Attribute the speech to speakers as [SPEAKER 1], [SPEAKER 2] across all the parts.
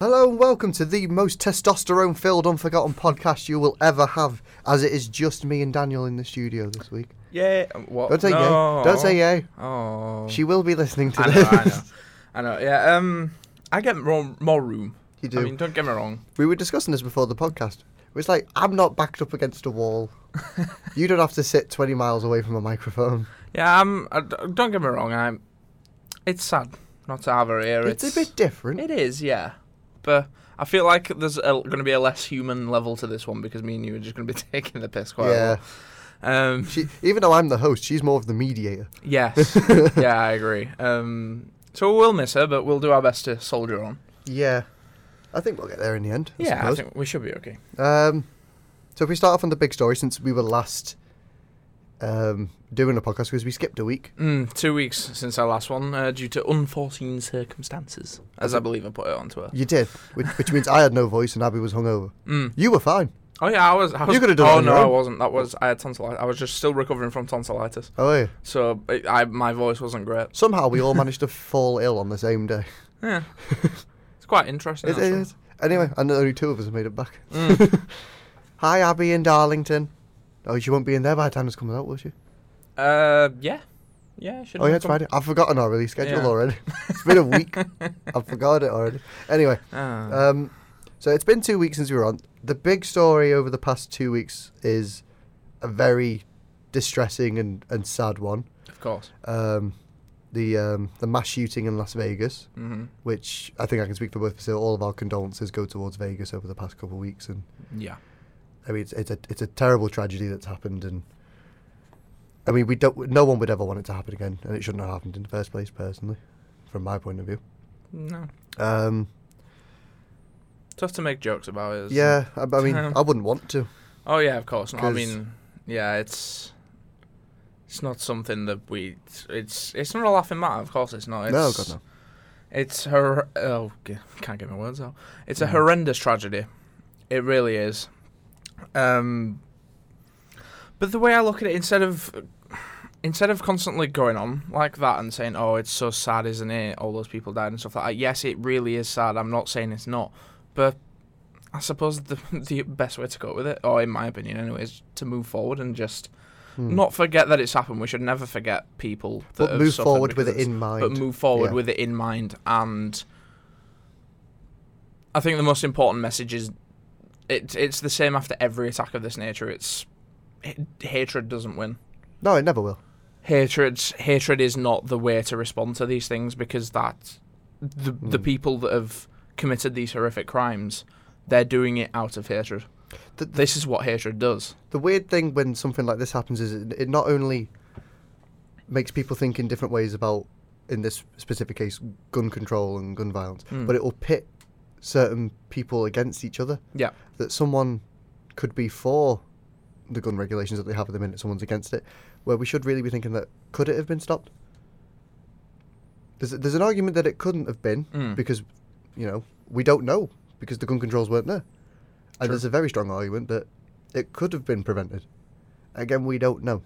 [SPEAKER 1] Hello and welcome to the most testosterone filled, unforgotten podcast you will ever have, as it is just me and Daniel in the studio this week.
[SPEAKER 2] Yeah. um, What?
[SPEAKER 1] Don't say yay.
[SPEAKER 2] no.
[SPEAKER 1] Don't say yay.
[SPEAKER 2] Oh.
[SPEAKER 1] She will be listening to
[SPEAKER 2] I know.
[SPEAKER 1] this.
[SPEAKER 2] I know. I know. Yeah. Um. I get more more room.
[SPEAKER 1] You do.
[SPEAKER 2] I mean, don't get me wrong.
[SPEAKER 1] We were discussing this before the podcast. It's like, I'm not backed up against a wall. you don't have to sit 20 miles away from a microphone.
[SPEAKER 2] Yeah. I'm. I, d- don't get me wrong. I'm. It's sad not to have her here.
[SPEAKER 1] It's, a bit different.
[SPEAKER 2] It is. Yeah. But I feel like there's going to be a less human level to this one because me and you are just going to be taking the piss quite
[SPEAKER 1] yeah.
[SPEAKER 2] a lot. Um.
[SPEAKER 1] She, even though I'm the host, she's more of the mediator.
[SPEAKER 2] Yes. yeah. I agree. Um. So we'll miss her, but we'll do our best to soldier on.
[SPEAKER 1] Yeah. I think we'll get there in the end. I
[SPEAKER 2] yeah.
[SPEAKER 1] suppose.
[SPEAKER 2] I think we should be okay.
[SPEAKER 1] Um, so if we start off on the big story, since we were last um, doing a podcast because we skipped a week.
[SPEAKER 2] Mm, two weeks since our last one, uh, due to unforeseen circumstances, as I believe I put it on Twitter.
[SPEAKER 1] You did, which, which means I had no voice and Abby was hungover.
[SPEAKER 2] Mm.
[SPEAKER 1] You were fine.
[SPEAKER 2] Oh yeah, I was. I was
[SPEAKER 1] You could've done it
[SPEAKER 2] Oh
[SPEAKER 1] on
[SPEAKER 2] no,
[SPEAKER 1] your
[SPEAKER 2] I
[SPEAKER 1] own.
[SPEAKER 2] wasn't. That was I had tonsillitis. I was just still recovering from tonsillitis,
[SPEAKER 1] Oh, yeah.
[SPEAKER 2] so it, I my voice wasn't great.
[SPEAKER 1] Somehow we all managed to fall ill on the same day.
[SPEAKER 2] Yeah, it's quite interesting.
[SPEAKER 1] It
[SPEAKER 2] actually.
[SPEAKER 1] is. Anyway, and only two of us have made it back.
[SPEAKER 2] Mm.
[SPEAKER 1] Hi, Abby in Darlington. Oh, she won't be in there by the time this comes out, will she?
[SPEAKER 2] uh, yeah, yeah. Should
[SPEAKER 1] Oh, yeah, it's Friday. I've forgotten our release schedule
[SPEAKER 2] Yeah.
[SPEAKER 1] already. It's been a week. I've forgotten it already. Anyway,
[SPEAKER 2] Ah.
[SPEAKER 1] Um, so it's been two weeks since we were on. The big story over the past two weeks is a very distressing and, and sad one.
[SPEAKER 2] of course.
[SPEAKER 1] Um, the um, the mass shooting in Las Vegas,
[SPEAKER 2] hmm
[SPEAKER 1] which I think I can speak for both of us. here, All of our condolences go towards Vegas over the past couple of weeks, and
[SPEAKER 2] Yeah.
[SPEAKER 1] I mean it's it's a it's a terrible tragedy that's happened, and I mean we don't no one would ever want it to happen again, and it shouldn't have happened in the first place, personally, from my point of view.
[SPEAKER 2] No.
[SPEAKER 1] Um,
[SPEAKER 2] Tough to make jokes about it. isn't it?
[SPEAKER 1] yeah, I, I mean
[SPEAKER 2] Um,
[SPEAKER 1] I wouldn't want to.
[SPEAKER 2] Oh yeah, of course. No, I
[SPEAKER 1] 'Cause-
[SPEAKER 2] mean, yeah, it's it's not something that we. It's it's not a laughing matter. Of course, it's not. It's,
[SPEAKER 1] no, God no.
[SPEAKER 2] It's her. Oh, g- can't get my words out. It's a
[SPEAKER 1] Mm.
[SPEAKER 2] horrendous tragedy. It really is. Um, but the way I look at it, instead of instead of constantly going on like that and saying, "Oh, it's so sad, isn't it? All those people died and stuff like that." Yes, it really is sad. I'm not saying it's not, but I suppose the the best way to go with it, or in my opinion, anyway, is to move forward and just
[SPEAKER 1] Hmm.
[SPEAKER 2] not forget that it's happened. We should never forget people that
[SPEAKER 1] but
[SPEAKER 2] have
[SPEAKER 1] move
[SPEAKER 2] suffered
[SPEAKER 1] forward with it
[SPEAKER 2] because it's-
[SPEAKER 1] in mind.
[SPEAKER 2] but move forward
[SPEAKER 1] Yeah.
[SPEAKER 2] with it in mind. And I think the most important message is it, it's the same after every attack of this nature. It's h- hatred doesn't win.
[SPEAKER 1] no, it never will.
[SPEAKER 2] Hatred, hatred is not the way to respond to these things because that the the
[SPEAKER 1] Mm.
[SPEAKER 2] people that have committed these horrific crimes, they're doing it out of hatred.
[SPEAKER 1] The, the,
[SPEAKER 2] This is what hatred does.
[SPEAKER 1] the weird thing when something like this happens is it, it not only makes people think in different ways about, in this specific case, gun control and gun violence,
[SPEAKER 2] Mm.
[SPEAKER 1] but it will pit certain people against each other.
[SPEAKER 2] Yeah.
[SPEAKER 1] That someone could be for the gun regulations that they have at the minute, someone's against it, where we should really be thinking that could it have been stopped? There's, a- there's an argument that it couldn't have been
[SPEAKER 2] Mm.
[SPEAKER 1] because, you know, we don't know because the gun controls weren't there. And
[SPEAKER 2] True.
[SPEAKER 1] there's a very strong argument that it could have been prevented. Again, we don't know.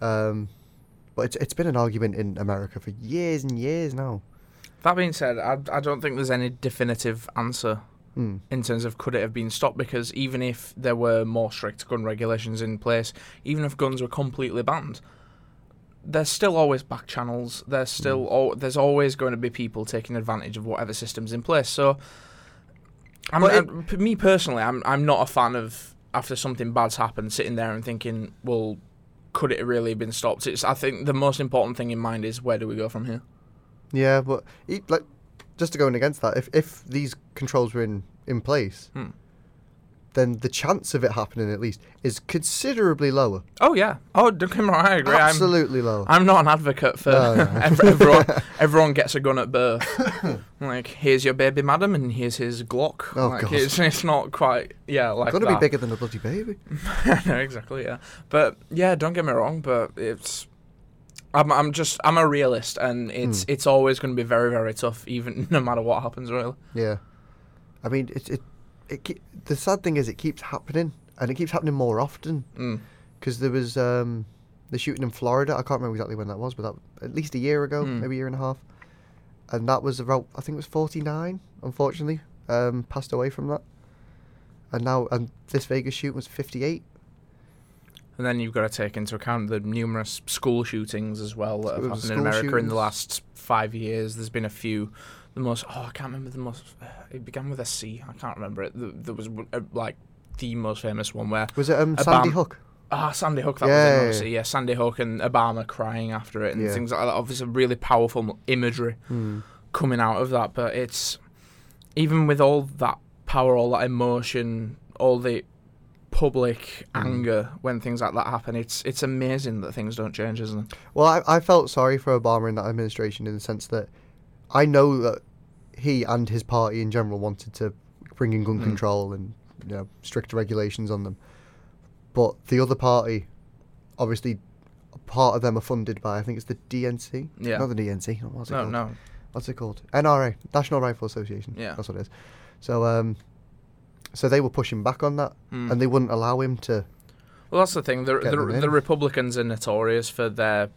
[SPEAKER 1] Um, but it's, it's been an argument in America for years and years now.
[SPEAKER 2] That being said, I, I don't think there's any definitive answer
[SPEAKER 1] Hmm.
[SPEAKER 2] in terms of could it have been stopped because even if there were more strict gun regulations in place, even if guns were completely banned, there's still always back channels. There's
[SPEAKER 1] Hmm.
[SPEAKER 2] still al- there's always going to be people taking advantage of whatever system's in place. So, I'm,
[SPEAKER 1] But it-
[SPEAKER 2] I'm- p- me personally, I'm I'm not a fan of after something bad's happened, sitting there and thinking, well, could it really have been stopped? It's I think the most important thing in mind is where do we go from here?
[SPEAKER 1] Yeah, but e- like, just to go in against that, if if these controls were in in place,
[SPEAKER 2] Hmm.
[SPEAKER 1] then the chance of it happening at least is considerably lower.
[SPEAKER 2] Oh yeah. Oh, don't get me wrong. I agree. I'm-
[SPEAKER 1] Absolutely lower.
[SPEAKER 2] I'm not an advocate for
[SPEAKER 1] Oh, No, no.
[SPEAKER 2] ev- everyone. Everyone gets a gun at birth. like, here's your baby, madam, and here's his Glock.
[SPEAKER 1] Oh,
[SPEAKER 2] like,
[SPEAKER 1] God.
[SPEAKER 2] It's, it's not quite, yeah, like
[SPEAKER 1] Gonna
[SPEAKER 2] that. Hmm.
[SPEAKER 1] be bigger than a bloody baby.
[SPEAKER 2] no, exactly, yeah. But yeah, don't get me wrong, but it's. I'm, I'm just I'm a realist, and it's
[SPEAKER 1] Hmm.
[SPEAKER 2] it's always going to be very very tough, even no matter what happens. Really,
[SPEAKER 1] Yeah, I mean, it it, it keep, the sad thing is it keeps happening, and it keeps happening more often.
[SPEAKER 2] mm.
[SPEAKER 1] Because there was um, the shooting in Florida. I can't remember exactly when that was, but that at least a year ago,
[SPEAKER 2] Hmm.
[SPEAKER 1] maybe a year and a half. And that was about I think it was forty nine. Unfortunately, um, passed away from that. And now, and this Vegas shooting was fifty eight.
[SPEAKER 2] and then you've got to take into account the numerous school shootings as well that have
[SPEAKER 1] School-
[SPEAKER 2] happened in
[SPEAKER 1] school
[SPEAKER 2] America in
[SPEAKER 1] shootings.
[SPEAKER 2] the last five years. There's been a few. The most oh I can't remember the most. It began with a C. I can't remember it. Th- There was uh, like the most famous one where
[SPEAKER 1] Was it um,
[SPEAKER 2] A
[SPEAKER 1] Sandy
[SPEAKER 2] bomb.
[SPEAKER 1] Hook?
[SPEAKER 2] Ah, Sandy Hook. That
[SPEAKER 1] Yeah,
[SPEAKER 2] was
[SPEAKER 1] yeah,
[SPEAKER 2] it,
[SPEAKER 1] yeah.
[SPEAKER 2] obviously. Yeah, Sandy Hook and Obama crying after it and
[SPEAKER 1] Yeah.
[SPEAKER 2] things like that. Obviously, really powerful m- imagery
[SPEAKER 1] Hmm.
[SPEAKER 2] coming out of that. But it's even with all that power, all that emotion, all the public
[SPEAKER 1] Mm.
[SPEAKER 2] anger when things like that happen. It's it's amazing that things don't change, isn't it?
[SPEAKER 1] Well, I, I felt sorry for Obama in that administration in the sense that I know that he and his party in general wanted to bring in gun
[SPEAKER 2] Mm.
[SPEAKER 1] control and you know, strict regulations on them. But the other party, obviously, part of them are funded by, I think it's the DNC.
[SPEAKER 2] Yeah.
[SPEAKER 1] Not the DNC. oh, What's it
[SPEAKER 2] No,
[SPEAKER 1] called?
[SPEAKER 2] no.
[SPEAKER 1] What's it called? NRA, National Rifle Association.
[SPEAKER 2] Yeah.
[SPEAKER 1] That's what it is. So, um, so they were pushing back on that
[SPEAKER 2] Mm.
[SPEAKER 1] and they wouldn't allow him to.
[SPEAKER 2] Well, that's the thing. The,
[SPEAKER 1] Get them
[SPEAKER 2] the,
[SPEAKER 1] in.
[SPEAKER 2] the Republicans are notorious for their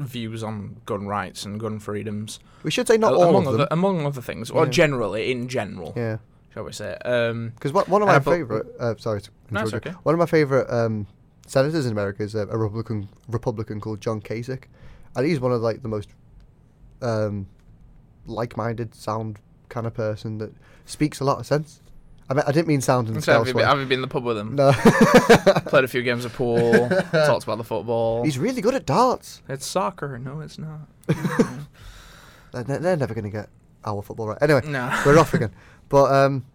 [SPEAKER 2] views on gun rights and gun freedoms.
[SPEAKER 1] We should say not
[SPEAKER 2] A-
[SPEAKER 1] all
[SPEAKER 2] among
[SPEAKER 1] of them.
[SPEAKER 2] Other, uh, among other things. Or
[SPEAKER 1] Yeah.
[SPEAKER 2] generally, in general,
[SPEAKER 1] yeah.
[SPEAKER 2] shall we say. Um,
[SPEAKER 1] Because one of
[SPEAKER 2] And
[SPEAKER 1] my
[SPEAKER 2] I thought-
[SPEAKER 1] favorite, uh, sorry, to
[SPEAKER 2] No, it's
[SPEAKER 1] interrupt you.
[SPEAKER 2] okay.
[SPEAKER 1] one of my favorite um, senators in America is a, a Republican Republican called John Kasich, and he's one of like the most um, like-minded, sound kind of person that speaks a lot of sense. I mean, I didn't mean sound in the
[SPEAKER 2] so have,
[SPEAKER 1] Scouse
[SPEAKER 2] you
[SPEAKER 1] way.
[SPEAKER 2] been, have you been in the pub with them?
[SPEAKER 1] No,
[SPEAKER 2] Played a few games of pool, talked about the football.
[SPEAKER 1] he's really good at darts.
[SPEAKER 2] It's soccer. No, it's not.
[SPEAKER 1] They're, they're they're never going to get our football right. Anyway,
[SPEAKER 2] No.
[SPEAKER 1] we're off again. But um,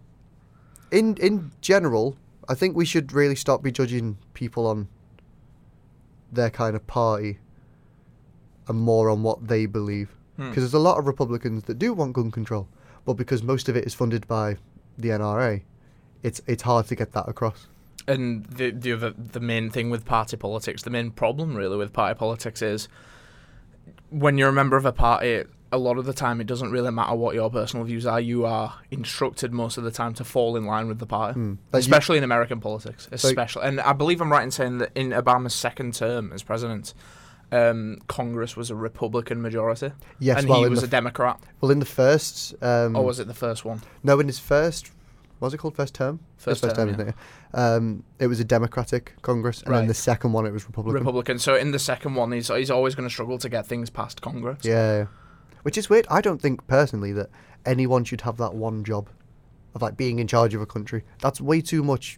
[SPEAKER 1] in in general, I think we should really stop be judging people on their kind of party and more on what they believe.
[SPEAKER 2] Hmm.
[SPEAKER 1] Because there's a lot of Republicans that do want gun control, but because most of it is funded by the NRA, it's it's hard to get that across.
[SPEAKER 2] And the the other the main thing with party politics, the main problem really with party politics is when you're a member of a party, a lot of the time it doesn't really matter what your personal views are. You are instructed most of the time to fall in line with the party,
[SPEAKER 1] Mm.
[SPEAKER 2] especially in American politics. Especially, and I believe I'm right in saying that in Obama's second term as president, um, Congress was a Republican majority,
[SPEAKER 1] yes,
[SPEAKER 2] and
[SPEAKER 1] well
[SPEAKER 2] he
[SPEAKER 1] in,
[SPEAKER 2] was
[SPEAKER 1] the,
[SPEAKER 2] a Democrat.
[SPEAKER 1] f- well in the first, um,
[SPEAKER 2] Or Oh, was it the first one?
[SPEAKER 1] no, in his first, what was it called, first term?
[SPEAKER 2] First,
[SPEAKER 1] His
[SPEAKER 2] term. yeah.
[SPEAKER 1] isn't it? Um, it was a Democratic Congress, and then
[SPEAKER 2] Right.
[SPEAKER 1] the second one it was Republican.
[SPEAKER 2] Republican. So in the second one, he's he's always going to struggle to get things past Congress.
[SPEAKER 1] Yeah, yeah. Which is weird. I don't think personally that anyone should have that one job of like being in charge of a country. That's way too much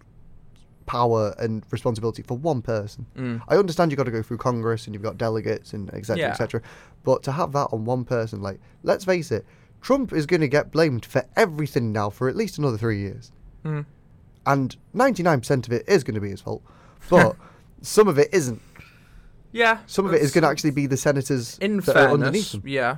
[SPEAKER 1] power and responsibility for one person.
[SPEAKER 2] Mm.
[SPEAKER 1] I understand you've got to go through Congress and you've got delegates and etc.
[SPEAKER 2] Yeah.
[SPEAKER 1] etc. But to have that on one person, like, let's face it, Trump is going to get blamed for everything now for at least another three years.
[SPEAKER 2] Mm.
[SPEAKER 1] And 99% of it is going to be his fault. But some of it isn't.
[SPEAKER 2] Yeah.
[SPEAKER 1] Some of it is
[SPEAKER 2] that's-
[SPEAKER 1] going to actually be the senators
[SPEAKER 2] In
[SPEAKER 1] that are underneath
[SPEAKER 2] fairness,
[SPEAKER 1] him.
[SPEAKER 2] yeah.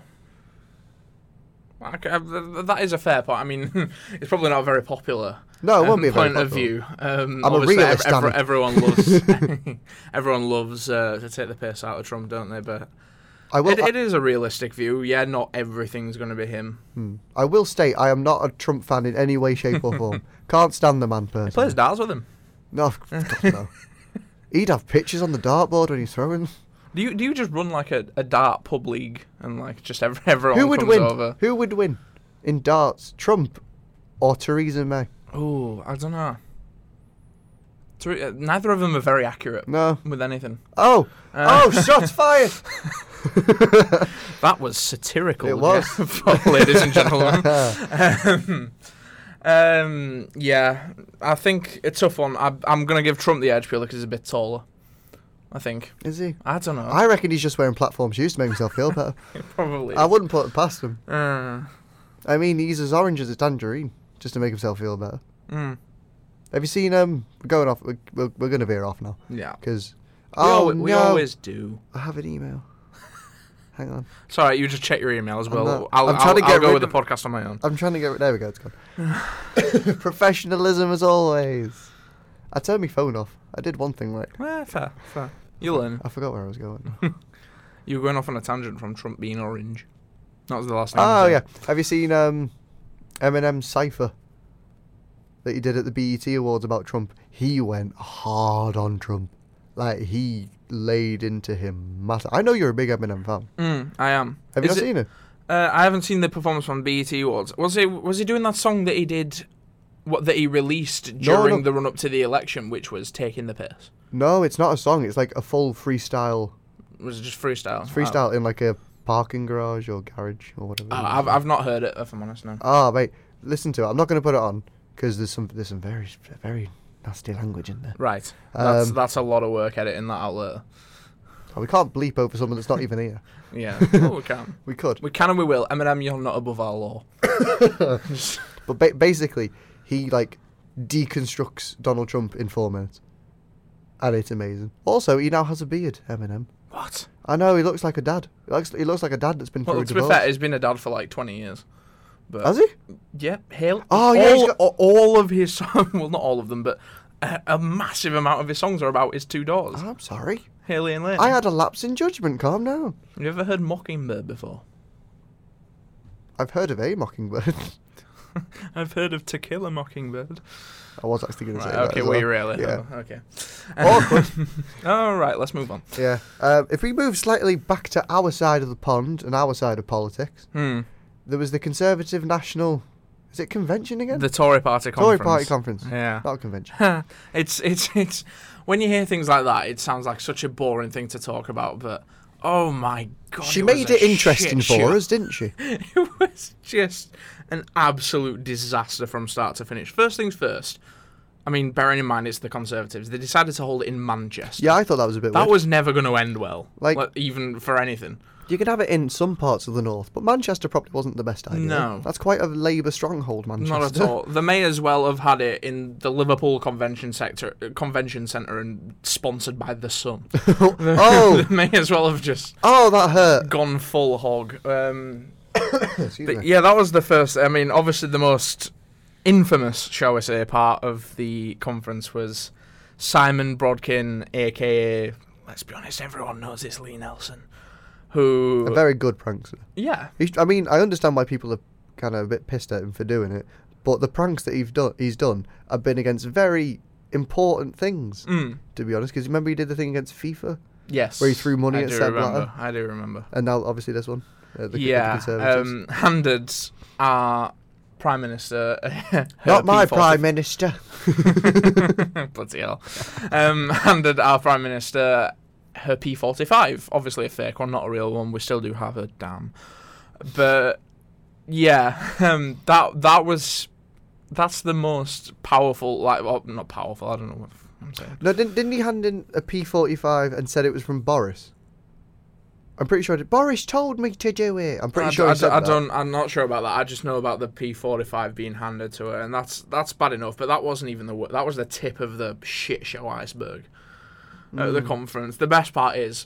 [SPEAKER 2] Well, okay, uh, th- th- that is a fair point. I mean, it's probably not a very popular
[SPEAKER 1] No, it
[SPEAKER 2] um,
[SPEAKER 1] won't be a very
[SPEAKER 2] point of
[SPEAKER 1] popular-
[SPEAKER 2] view. Um,
[SPEAKER 1] I'm a
[SPEAKER 2] obviously,
[SPEAKER 1] realist, damn it.
[SPEAKER 2] everyone loves everyone loves uh, to take the piss out of Trump, don't they? But
[SPEAKER 1] I will,
[SPEAKER 2] it, it is a realistic view. Yeah, not everything's going to be him.
[SPEAKER 1] Hmm. I will state I am not a Trump fan in any way, shape, or form. Can't stand the man
[SPEAKER 2] He
[SPEAKER 1] personally.
[SPEAKER 2] plays darts with him.
[SPEAKER 1] No, of course no. He'd have pictures on the dartboard when he's throwing.
[SPEAKER 2] Do you do you just run like a, a dart pub league and like just every, everyone
[SPEAKER 1] Who would
[SPEAKER 2] comes
[SPEAKER 1] win?
[SPEAKER 2] over?
[SPEAKER 1] Who would win in darts, Trump or Theresa May?
[SPEAKER 2] Oh, I don't know. uh, Neither of them are very accurate
[SPEAKER 1] No.
[SPEAKER 2] with anything.
[SPEAKER 1] Oh,
[SPEAKER 2] Uh,
[SPEAKER 1] oh, shots fired!
[SPEAKER 2] That was satirical.
[SPEAKER 1] It was.
[SPEAKER 2] Jeff, ladies and gentlemen. um, um, yeah, I think it's a tough one. I, I'm going to give Trump the edge purely because he's a bit taller. I think.
[SPEAKER 1] Is he?
[SPEAKER 2] I don't know.
[SPEAKER 1] I reckon he's just wearing platform shoes to make himself feel better.
[SPEAKER 2] Probably.
[SPEAKER 1] I wouldn't put it past him.
[SPEAKER 2] Mm,
[SPEAKER 1] I mean, he's as orange as a tangerine just to make himself feel better.
[SPEAKER 2] mm,
[SPEAKER 1] Have you seen um we're going off? We're, we're, we're going to veer off now
[SPEAKER 2] yeah.
[SPEAKER 1] because oh
[SPEAKER 2] we, alwa- we
[SPEAKER 1] no.
[SPEAKER 2] always do.
[SPEAKER 1] I have an email. Hang on.
[SPEAKER 2] Sorry, you just check your email as
[SPEAKER 1] I'm
[SPEAKER 2] well.
[SPEAKER 1] not-
[SPEAKER 2] I'll,
[SPEAKER 1] I'm
[SPEAKER 2] I'll-
[SPEAKER 1] trying to
[SPEAKER 2] I'll
[SPEAKER 1] get
[SPEAKER 2] go
[SPEAKER 1] rid
[SPEAKER 2] with the
[SPEAKER 1] of-
[SPEAKER 2] podcast on my own.
[SPEAKER 1] I'm trying to get. There we go. It's gone. Professionalism as always. I turned my phone off. I did one thing right.
[SPEAKER 2] Yeah, fair, fair. You learn.
[SPEAKER 1] I forgot where I was going.
[SPEAKER 2] You were going off on a tangent from Trump being orange. That was the last name.
[SPEAKER 1] Oh
[SPEAKER 2] was it?
[SPEAKER 1] yeah. Have you seen um, Eminem's cipher that he did at the BET Awards about Trump? He went hard on Trump, like he laid into him. Massive. I know you're a big Eminem fan.
[SPEAKER 2] Mm, I am.
[SPEAKER 1] Have you
[SPEAKER 2] Is
[SPEAKER 1] not
[SPEAKER 2] it-
[SPEAKER 1] seen it?
[SPEAKER 2] Uh, I haven't seen the performance from BET Awards. Was he was he doing that song that he did, what that he released during
[SPEAKER 1] no.
[SPEAKER 2] the run up to the election, which was taking the piss?
[SPEAKER 1] No, it's not a song. It's like a full freestyle,
[SPEAKER 2] Was it just freestyle?
[SPEAKER 1] It's freestyle in like a parking garage or garage or whatever.
[SPEAKER 2] Oh, Um, I've I've not heard it if I'm honest. No.
[SPEAKER 1] Ah, mate, listen to it. I'm not going to put it on because there's some there's some very very nasty language in there.
[SPEAKER 2] Right. That's
[SPEAKER 1] Um,
[SPEAKER 2] that's a lot of work editing that out later.
[SPEAKER 1] Oh, we can't bleep over someone that's not even here.
[SPEAKER 2] Yeah. oh, we can.
[SPEAKER 1] We could.
[SPEAKER 2] We can and we will. Eminem, you're not above our law.
[SPEAKER 1] But ba- basically, he like deconstructs Donald Trump in four minutes, and it's amazing. Also, he now has a beard, Eminem.
[SPEAKER 2] What?
[SPEAKER 1] I know he looks like a dad. He looks, he looks like a dad that's been
[SPEAKER 2] Well,
[SPEAKER 1] through
[SPEAKER 2] to be
[SPEAKER 1] divorce.
[SPEAKER 2] fair, he's been a dad for like 20 years. But
[SPEAKER 1] Has he?
[SPEAKER 2] Yeah, Hale.
[SPEAKER 1] Oh,
[SPEAKER 2] all,
[SPEAKER 1] yeah, he's got-
[SPEAKER 2] a- all of his songs. Well, not all of them, but a, a massive amount of his songs are about his two daughters,
[SPEAKER 1] I'm sorry.
[SPEAKER 2] Haley and Lane.
[SPEAKER 1] Ah. I had a lapse in judgment. Calm down.
[SPEAKER 2] Have you ever heard Mockingbird before?
[SPEAKER 1] I've heard of a mockingbird.
[SPEAKER 2] I've heard of To Kill a Mockingbird.
[SPEAKER 1] I was actually going to say
[SPEAKER 2] Right,
[SPEAKER 1] that.
[SPEAKER 2] okay,
[SPEAKER 1] as
[SPEAKER 2] well,
[SPEAKER 1] well.
[SPEAKER 2] you really?
[SPEAKER 1] Yeah.
[SPEAKER 2] oh, Okay.
[SPEAKER 1] Awkward.
[SPEAKER 2] all right, let's move on.
[SPEAKER 1] yeah. Um, if we move slightly back to our side of the pond and our side of politics,
[SPEAKER 2] Hmm.
[SPEAKER 1] there was the Conservative National. Is it convention again?
[SPEAKER 2] The Tory Party
[SPEAKER 1] Tory
[SPEAKER 2] conference.
[SPEAKER 1] Party conference. Oh.
[SPEAKER 2] Yeah.
[SPEAKER 1] Not a convention.
[SPEAKER 2] it's it's it's when you hear things like that, it sounds like such a boring thing to talk about, but oh my god,
[SPEAKER 1] she
[SPEAKER 2] it was
[SPEAKER 1] made it
[SPEAKER 2] a
[SPEAKER 1] interesting
[SPEAKER 2] shit show.
[SPEAKER 1] for us, didn't she?
[SPEAKER 2] it was just an absolute disaster from start to finish. First things first. I mean, bearing in mind it's the Conservatives, they decided to hold it in Manchester.
[SPEAKER 1] Yeah, I thought that was a bit
[SPEAKER 2] That
[SPEAKER 1] weird.
[SPEAKER 2] was never going to end well.
[SPEAKER 1] Like-
[SPEAKER 2] Like, even for anything.
[SPEAKER 1] you could have it in some parts of the north, but Manchester probably wasn't the best idea.
[SPEAKER 2] No.
[SPEAKER 1] That's quite a Labour stronghold, Manchester.
[SPEAKER 2] Not at all. They may as well have had it in the Liverpool Convention sector, uh, Convention Centre, and sponsored by the Sun.
[SPEAKER 1] oh,
[SPEAKER 2] they may as well have just
[SPEAKER 1] oh, that hurt.
[SPEAKER 2] gone full hog. Um,
[SPEAKER 1] Excuse
[SPEAKER 2] But
[SPEAKER 1] me.
[SPEAKER 2] yeah, that was the first. I mean, obviously the most infamous, shall we say, part of the conference was Simon Brodkin, aka let's be honest, everyone knows it's Lee Nelson, who
[SPEAKER 1] A very good prankster.
[SPEAKER 2] yeah,
[SPEAKER 1] He's, I mean, I understand why people are kind of a bit pissed at him for doing it, but the pranks that he's done, he's done, have been against very important things.
[SPEAKER 2] mm,
[SPEAKER 1] To be honest, because remember he did the thing against FIFA,
[SPEAKER 2] yes,
[SPEAKER 1] Where he threw money
[SPEAKER 2] I
[SPEAKER 1] at
[SPEAKER 2] do
[SPEAKER 1] Sepp
[SPEAKER 2] remember.
[SPEAKER 1] Blatter?
[SPEAKER 2] I do remember.
[SPEAKER 1] and now obviously this one. Uh, the,
[SPEAKER 2] yeah,
[SPEAKER 1] The Conservatives.
[SPEAKER 2] um, handed our prime minister. her
[SPEAKER 1] Not my
[SPEAKER 2] P45.
[SPEAKER 1] prime minister.
[SPEAKER 2] Bloody hell. Um, handed our Prime Minister her P45. Obviously a fake one, not a real one. We still do have her, damn. But yeah, um, that that was that's the most powerful. Like, well, not powerful. I don't know what I'm saying.
[SPEAKER 1] No, didn't, didn't he hand in a P45 and said it was from Boris? I'm pretty sure. I did. Boris told me to do it. I'm pretty
[SPEAKER 2] I,
[SPEAKER 1] sure.
[SPEAKER 2] I,
[SPEAKER 1] he said
[SPEAKER 2] I
[SPEAKER 1] that.
[SPEAKER 2] don't. I'm not sure about that. I just know about the P45 being handed to her, and that's that's bad enough. But that wasn't even the wor- that was the tip of the shit show iceberg at
[SPEAKER 1] Hmm.
[SPEAKER 2] the conference. The best part is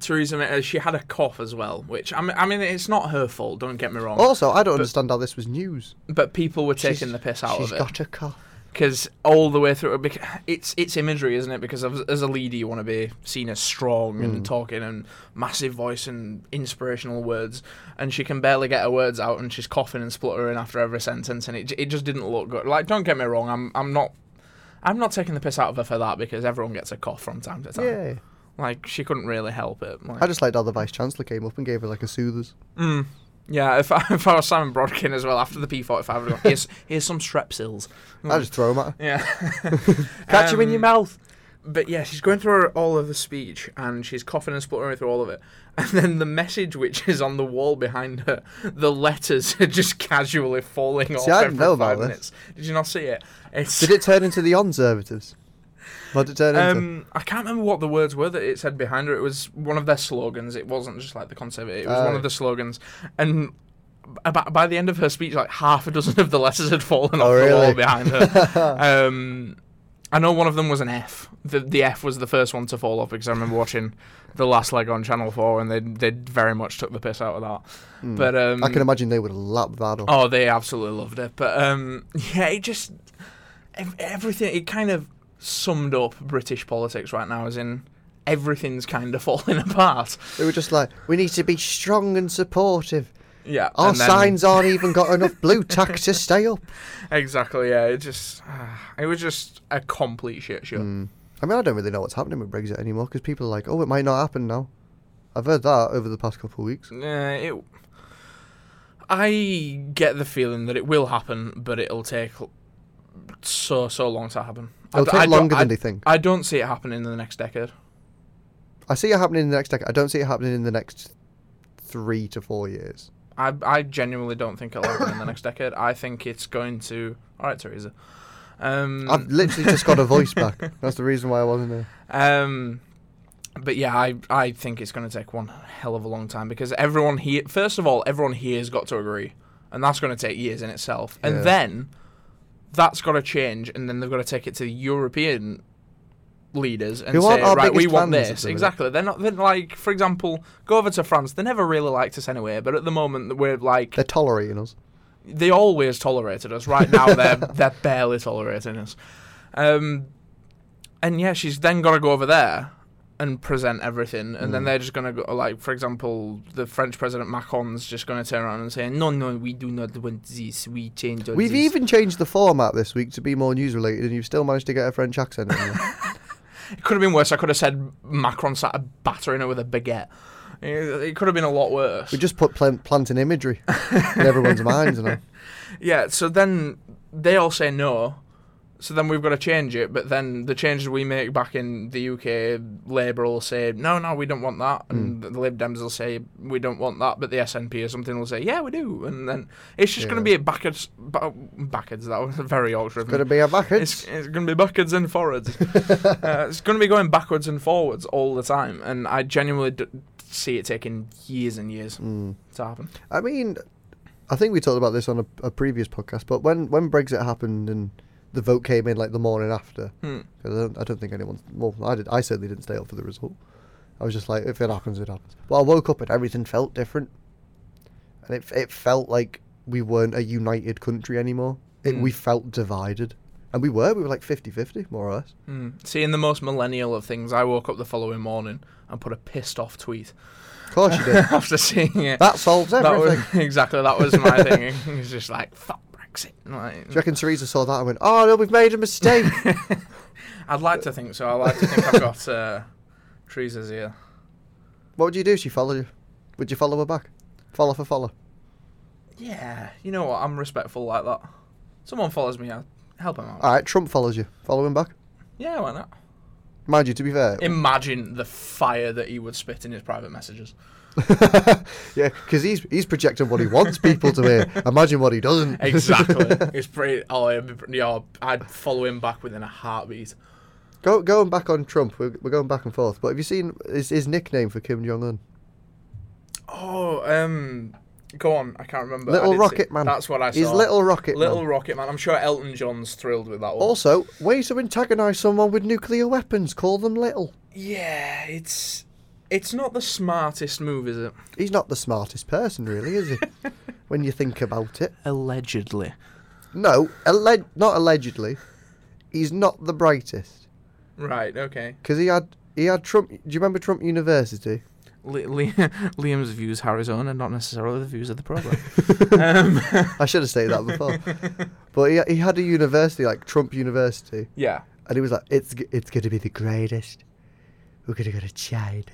[SPEAKER 2] Theresa May. uh, She had a cough as well, which I mean, I mean, it's not her fault. Don't get me wrong.
[SPEAKER 1] Also, I don't understand how this was news.
[SPEAKER 2] but people were taking
[SPEAKER 1] Oh, She's-
[SPEAKER 2] the piss out
[SPEAKER 1] She's
[SPEAKER 2] of it
[SPEAKER 1] got a cough.
[SPEAKER 2] because all the way through, bec- it's it's imagery, isn't it? Because as as a leader, you want to be seen as strong
[SPEAKER 1] Mm.
[SPEAKER 2] and talking and massive voice and inspirational words, and she can barely get her words out, and she's coughing and spluttering after every sentence, and it j- it just didn't look good. Like, don't get me wrong, I'm I'm not. I'm not taking the piss out of her for that because everyone gets a cough from time to time.
[SPEAKER 1] Yeah.
[SPEAKER 2] Like she couldn't really help it. Like,
[SPEAKER 1] I just liked how the vice chancellor came up and gave her like a soothers.
[SPEAKER 2] Mm. Yeah, if I, if I was Simon Brodkin as well after the P45, I'd go, here's, here's some strepsils.
[SPEAKER 1] I just throw 'em at her.
[SPEAKER 2] Yeah.
[SPEAKER 1] Catch 'em in your
[SPEAKER 2] Um,
[SPEAKER 1] mouth.
[SPEAKER 2] But yeah, she's going through her- all of the speech and she's coughing and spluttering through all of it. And then the message which is on the wall behind her, the letters are just casually falling off
[SPEAKER 1] I
[SPEAKER 2] every
[SPEAKER 1] didn't know
[SPEAKER 2] five
[SPEAKER 1] about
[SPEAKER 2] minutes. Did you not see it? It's,
[SPEAKER 1] Did it turn into the Conservatives? What did it turn into?
[SPEAKER 2] um, I can't remember what the words were that it said behind her. It was one of their slogans. It wasn't just like the conservative. It was
[SPEAKER 1] Oh.
[SPEAKER 2] one of the slogans, and about by the end of her speech, like half a dozen of the letters had fallen
[SPEAKER 1] Oh,
[SPEAKER 2] off the
[SPEAKER 1] really?
[SPEAKER 2] wall behind her. um, I know one of them was an F. The the F was the first one to fall off because I remember watching the last leg on Channel Four, and they they very much took the piss out of that. But um,
[SPEAKER 1] Hmm. I can imagine they would have lapped that up.
[SPEAKER 2] Oh, they absolutely loved it. But um, yeah, it just ev- everything. It kind of summed up British politics right now, as in everything's kind of falling apart.
[SPEAKER 1] They were just like, we need to be strong and supportive.
[SPEAKER 2] Yeah,
[SPEAKER 1] Our
[SPEAKER 2] and then-
[SPEAKER 1] signs aren't even got enough blue tack to stay up.
[SPEAKER 2] Exactly. Yeah. It just ah, it was just a complete shit show.
[SPEAKER 1] Mm. I mean, I don't really know what's happening with Brexit anymore because people are like, oh, it might not happen now. I've heard that over the past couple of weeks.
[SPEAKER 2] Yeah, it. I get the feeling that it will happen, but it'll take l- so so long to happen. I
[SPEAKER 1] It'll
[SPEAKER 2] d-
[SPEAKER 1] take
[SPEAKER 2] I don't-
[SPEAKER 1] longer
[SPEAKER 2] I,
[SPEAKER 1] than they think.
[SPEAKER 2] I don't see it happening in the next decade.
[SPEAKER 1] I see it happening in the next decade. I don't see it happening in the next three to four years.
[SPEAKER 2] I I genuinely don't think it'll happen in the next decade. I think it's going to. All right, Teresa. Um,
[SPEAKER 1] I've literally just got a voice back. That's the reason why I wasn't there.
[SPEAKER 2] Um, but yeah, I I think it's going to take one hell of a long time because everyone here, first of all, everyone here has got to agree, and that's going to take years in itself.
[SPEAKER 1] Yeah.
[SPEAKER 2] And then that's got to change, and then they've got to take it to the European leaders and
[SPEAKER 1] Who
[SPEAKER 2] say,
[SPEAKER 1] aren't our
[SPEAKER 2] right, we
[SPEAKER 1] biggest
[SPEAKER 2] want
[SPEAKER 1] fans at
[SPEAKER 2] this.
[SPEAKER 1] the minute.
[SPEAKER 2] Exactly. They're not. They're like, for example, go over to France. They never really liked us anyway, but at the moment we're like,
[SPEAKER 1] They're tolerating us.
[SPEAKER 2] they always tolerated us. Right now, they're they're barely tolerating us. Um, and yeah, she's then got to go over there and present everything, and then
[SPEAKER 1] Mm.
[SPEAKER 2] they're just gonna go like, for example, the French president Macron's just gonna turn around and say, no, no, we do not want this. We change. all
[SPEAKER 1] We've
[SPEAKER 2] this."
[SPEAKER 1] even changed the format this week to be more news related, and you've still managed to get a French accent. in there.
[SPEAKER 2] It could have been worse. I could have said Macron sat battering her with a baguette. It it could have been a lot worse.
[SPEAKER 1] we just put plant, planting imagery in everyone's minds now.
[SPEAKER 2] Yeah, so then they all say no. So then we've got to change it, but then the changes we make back in the UK, Labour will say, no, no, we don't want that.
[SPEAKER 1] Hmm.
[SPEAKER 2] And the Lib Dems will say, we don't want that. But the SNP or something will say, yeah, we do. And then it's just going to be
[SPEAKER 1] Yeah.
[SPEAKER 2] a backwards. Ba- backwards, that was very awkward.
[SPEAKER 1] Gonna be a
[SPEAKER 2] It's,
[SPEAKER 1] backwards.
[SPEAKER 2] it's going to be backwards and forwards. uh, it's going to be going backwards and forwards all the time. And I genuinely d- see it taking years and years
[SPEAKER 1] Mm.
[SPEAKER 2] to happen.
[SPEAKER 1] I mean, I think we talked about this on a, a previous podcast, but when, when Brexit happened and the vote came in like the morning after,
[SPEAKER 2] Hmm.
[SPEAKER 1] 'cause I don't, I don't think anyone, well, I, did, I certainly didn't stay up for the result. I was just like, if it happens, it happens. But I woke up and everything felt different. And it, it felt like we weren't a united country anymore. It,
[SPEAKER 2] Mm.
[SPEAKER 1] We felt divided. And we were, we were like 50 50, more or less.
[SPEAKER 2] Mm. Seeing the most millennial of things, I woke up the following morning and put a pissed off tweet
[SPEAKER 1] Of course you did.
[SPEAKER 2] after seeing it.
[SPEAKER 1] that solves
[SPEAKER 2] That was,
[SPEAKER 1] everything.
[SPEAKER 2] exactly, that was my thing. It was just like, fuck Brexit. Like,
[SPEAKER 1] Do you reckon Teresa saw that and went, oh no, we've made a mistake?
[SPEAKER 2] I'd like to think so. I like to think I've got uh, Teresa's ear.
[SPEAKER 1] what would you do if she followed you? Would you follow her back? Follow for follow.
[SPEAKER 2] Yeah, you know what? I'm respectful like that. Someone follows me, I help him out.
[SPEAKER 1] All right, Trump follows you. Follow him back.
[SPEAKER 2] yeah, why not?
[SPEAKER 1] Mind you, to be fair,
[SPEAKER 2] Imagine the fire that he would spit in his private messages.
[SPEAKER 1] yeah, because he's he's projecting what he wants people to hear. Imagine what he doesn't.
[SPEAKER 2] Exactly. it's pretty. Oh, it'd be pretty, oh, I'd follow him back within a heartbeat.
[SPEAKER 1] Go going back on Trump. We're, we're going back and forth. But have you seen his, his nickname for Kim Jong Un?
[SPEAKER 2] Oh, um, go on. I can't remember. I
[SPEAKER 1] Little
[SPEAKER 2] did
[SPEAKER 1] Rocket
[SPEAKER 2] see-
[SPEAKER 1] Man.
[SPEAKER 2] That's what I saw.
[SPEAKER 1] He's Little Rocket
[SPEAKER 2] Little
[SPEAKER 1] Man.
[SPEAKER 2] Rocket Man. I'm sure Elton John's thrilled with that one.
[SPEAKER 1] Also, way to antagonise someone with nuclear weapons. Call them little.
[SPEAKER 2] yeah, it's it's not the smartest move, is it?
[SPEAKER 1] He's not the smartest person, really, is he? when you think about it.
[SPEAKER 2] Allegedly.
[SPEAKER 1] No, alle- not allegedly. He's not the brightest
[SPEAKER 2] Right. Okay.
[SPEAKER 1] because he had he had Trump. Do you remember Trump University?
[SPEAKER 2] Li- Li- Liam's views are his own, and not necessarily the views of the program. um,
[SPEAKER 1] I should have stated that before. but he, he had a university like Trump University,
[SPEAKER 2] yeah.
[SPEAKER 1] and he was like, "It's g- it's going to be the greatest. We're going to go to China."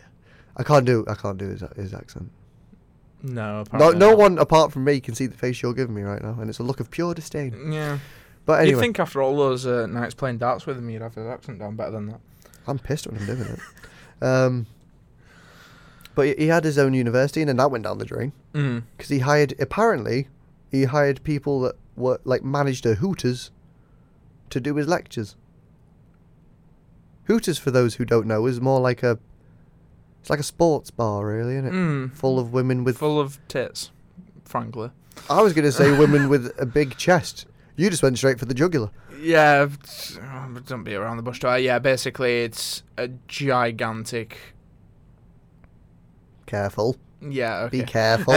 [SPEAKER 1] I can't do I can't do his, his accent.
[SPEAKER 2] Oh, No.
[SPEAKER 1] No,
[SPEAKER 2] Apparently
[SPEAKER 1] no
[SPEAKER 2] not.
[SPEAKER 1] one apart from me can see the face you're giving me right now, and it's a look of pure disdain.
[SPEAKER 2] Yeah.
[SPEAKER 1] But
[SPEAKER 2] You'd
[SPEAKER 1] anyway,
[SPEAKER 2] think after all those uh, nights playing darts with him, you'd have his accent down better than that.
[SPEAKER 1] I'm pissed when I'm doing it. Um, but he- he had his own university, and then that went down the drain
[SPEAKER 2] Mm.
[SPEAKER 1] because he hired apparently he hired people that were like managed a Hooters to do his lectures. Hooters, for those who don't know, is more like a it's like a sports bar, really, isn't it?
[SPEAKER 2] Mm.
[SPEAKER 1] Full of women with
[SPEAKER 2] Full of tits, frankly.
[SPEAKER 1] I was going to say women with a big chest. You just went straight for the jugular.
[SPEAKER 2] Yeah, it's- oh, but don't be around the bush. do I? Yeah, basically, it's a gigantic.
[SPEAKER 1] Careful,
[SPEAKER 2] Yeah, okay.
[SPEAKER 1] be careful.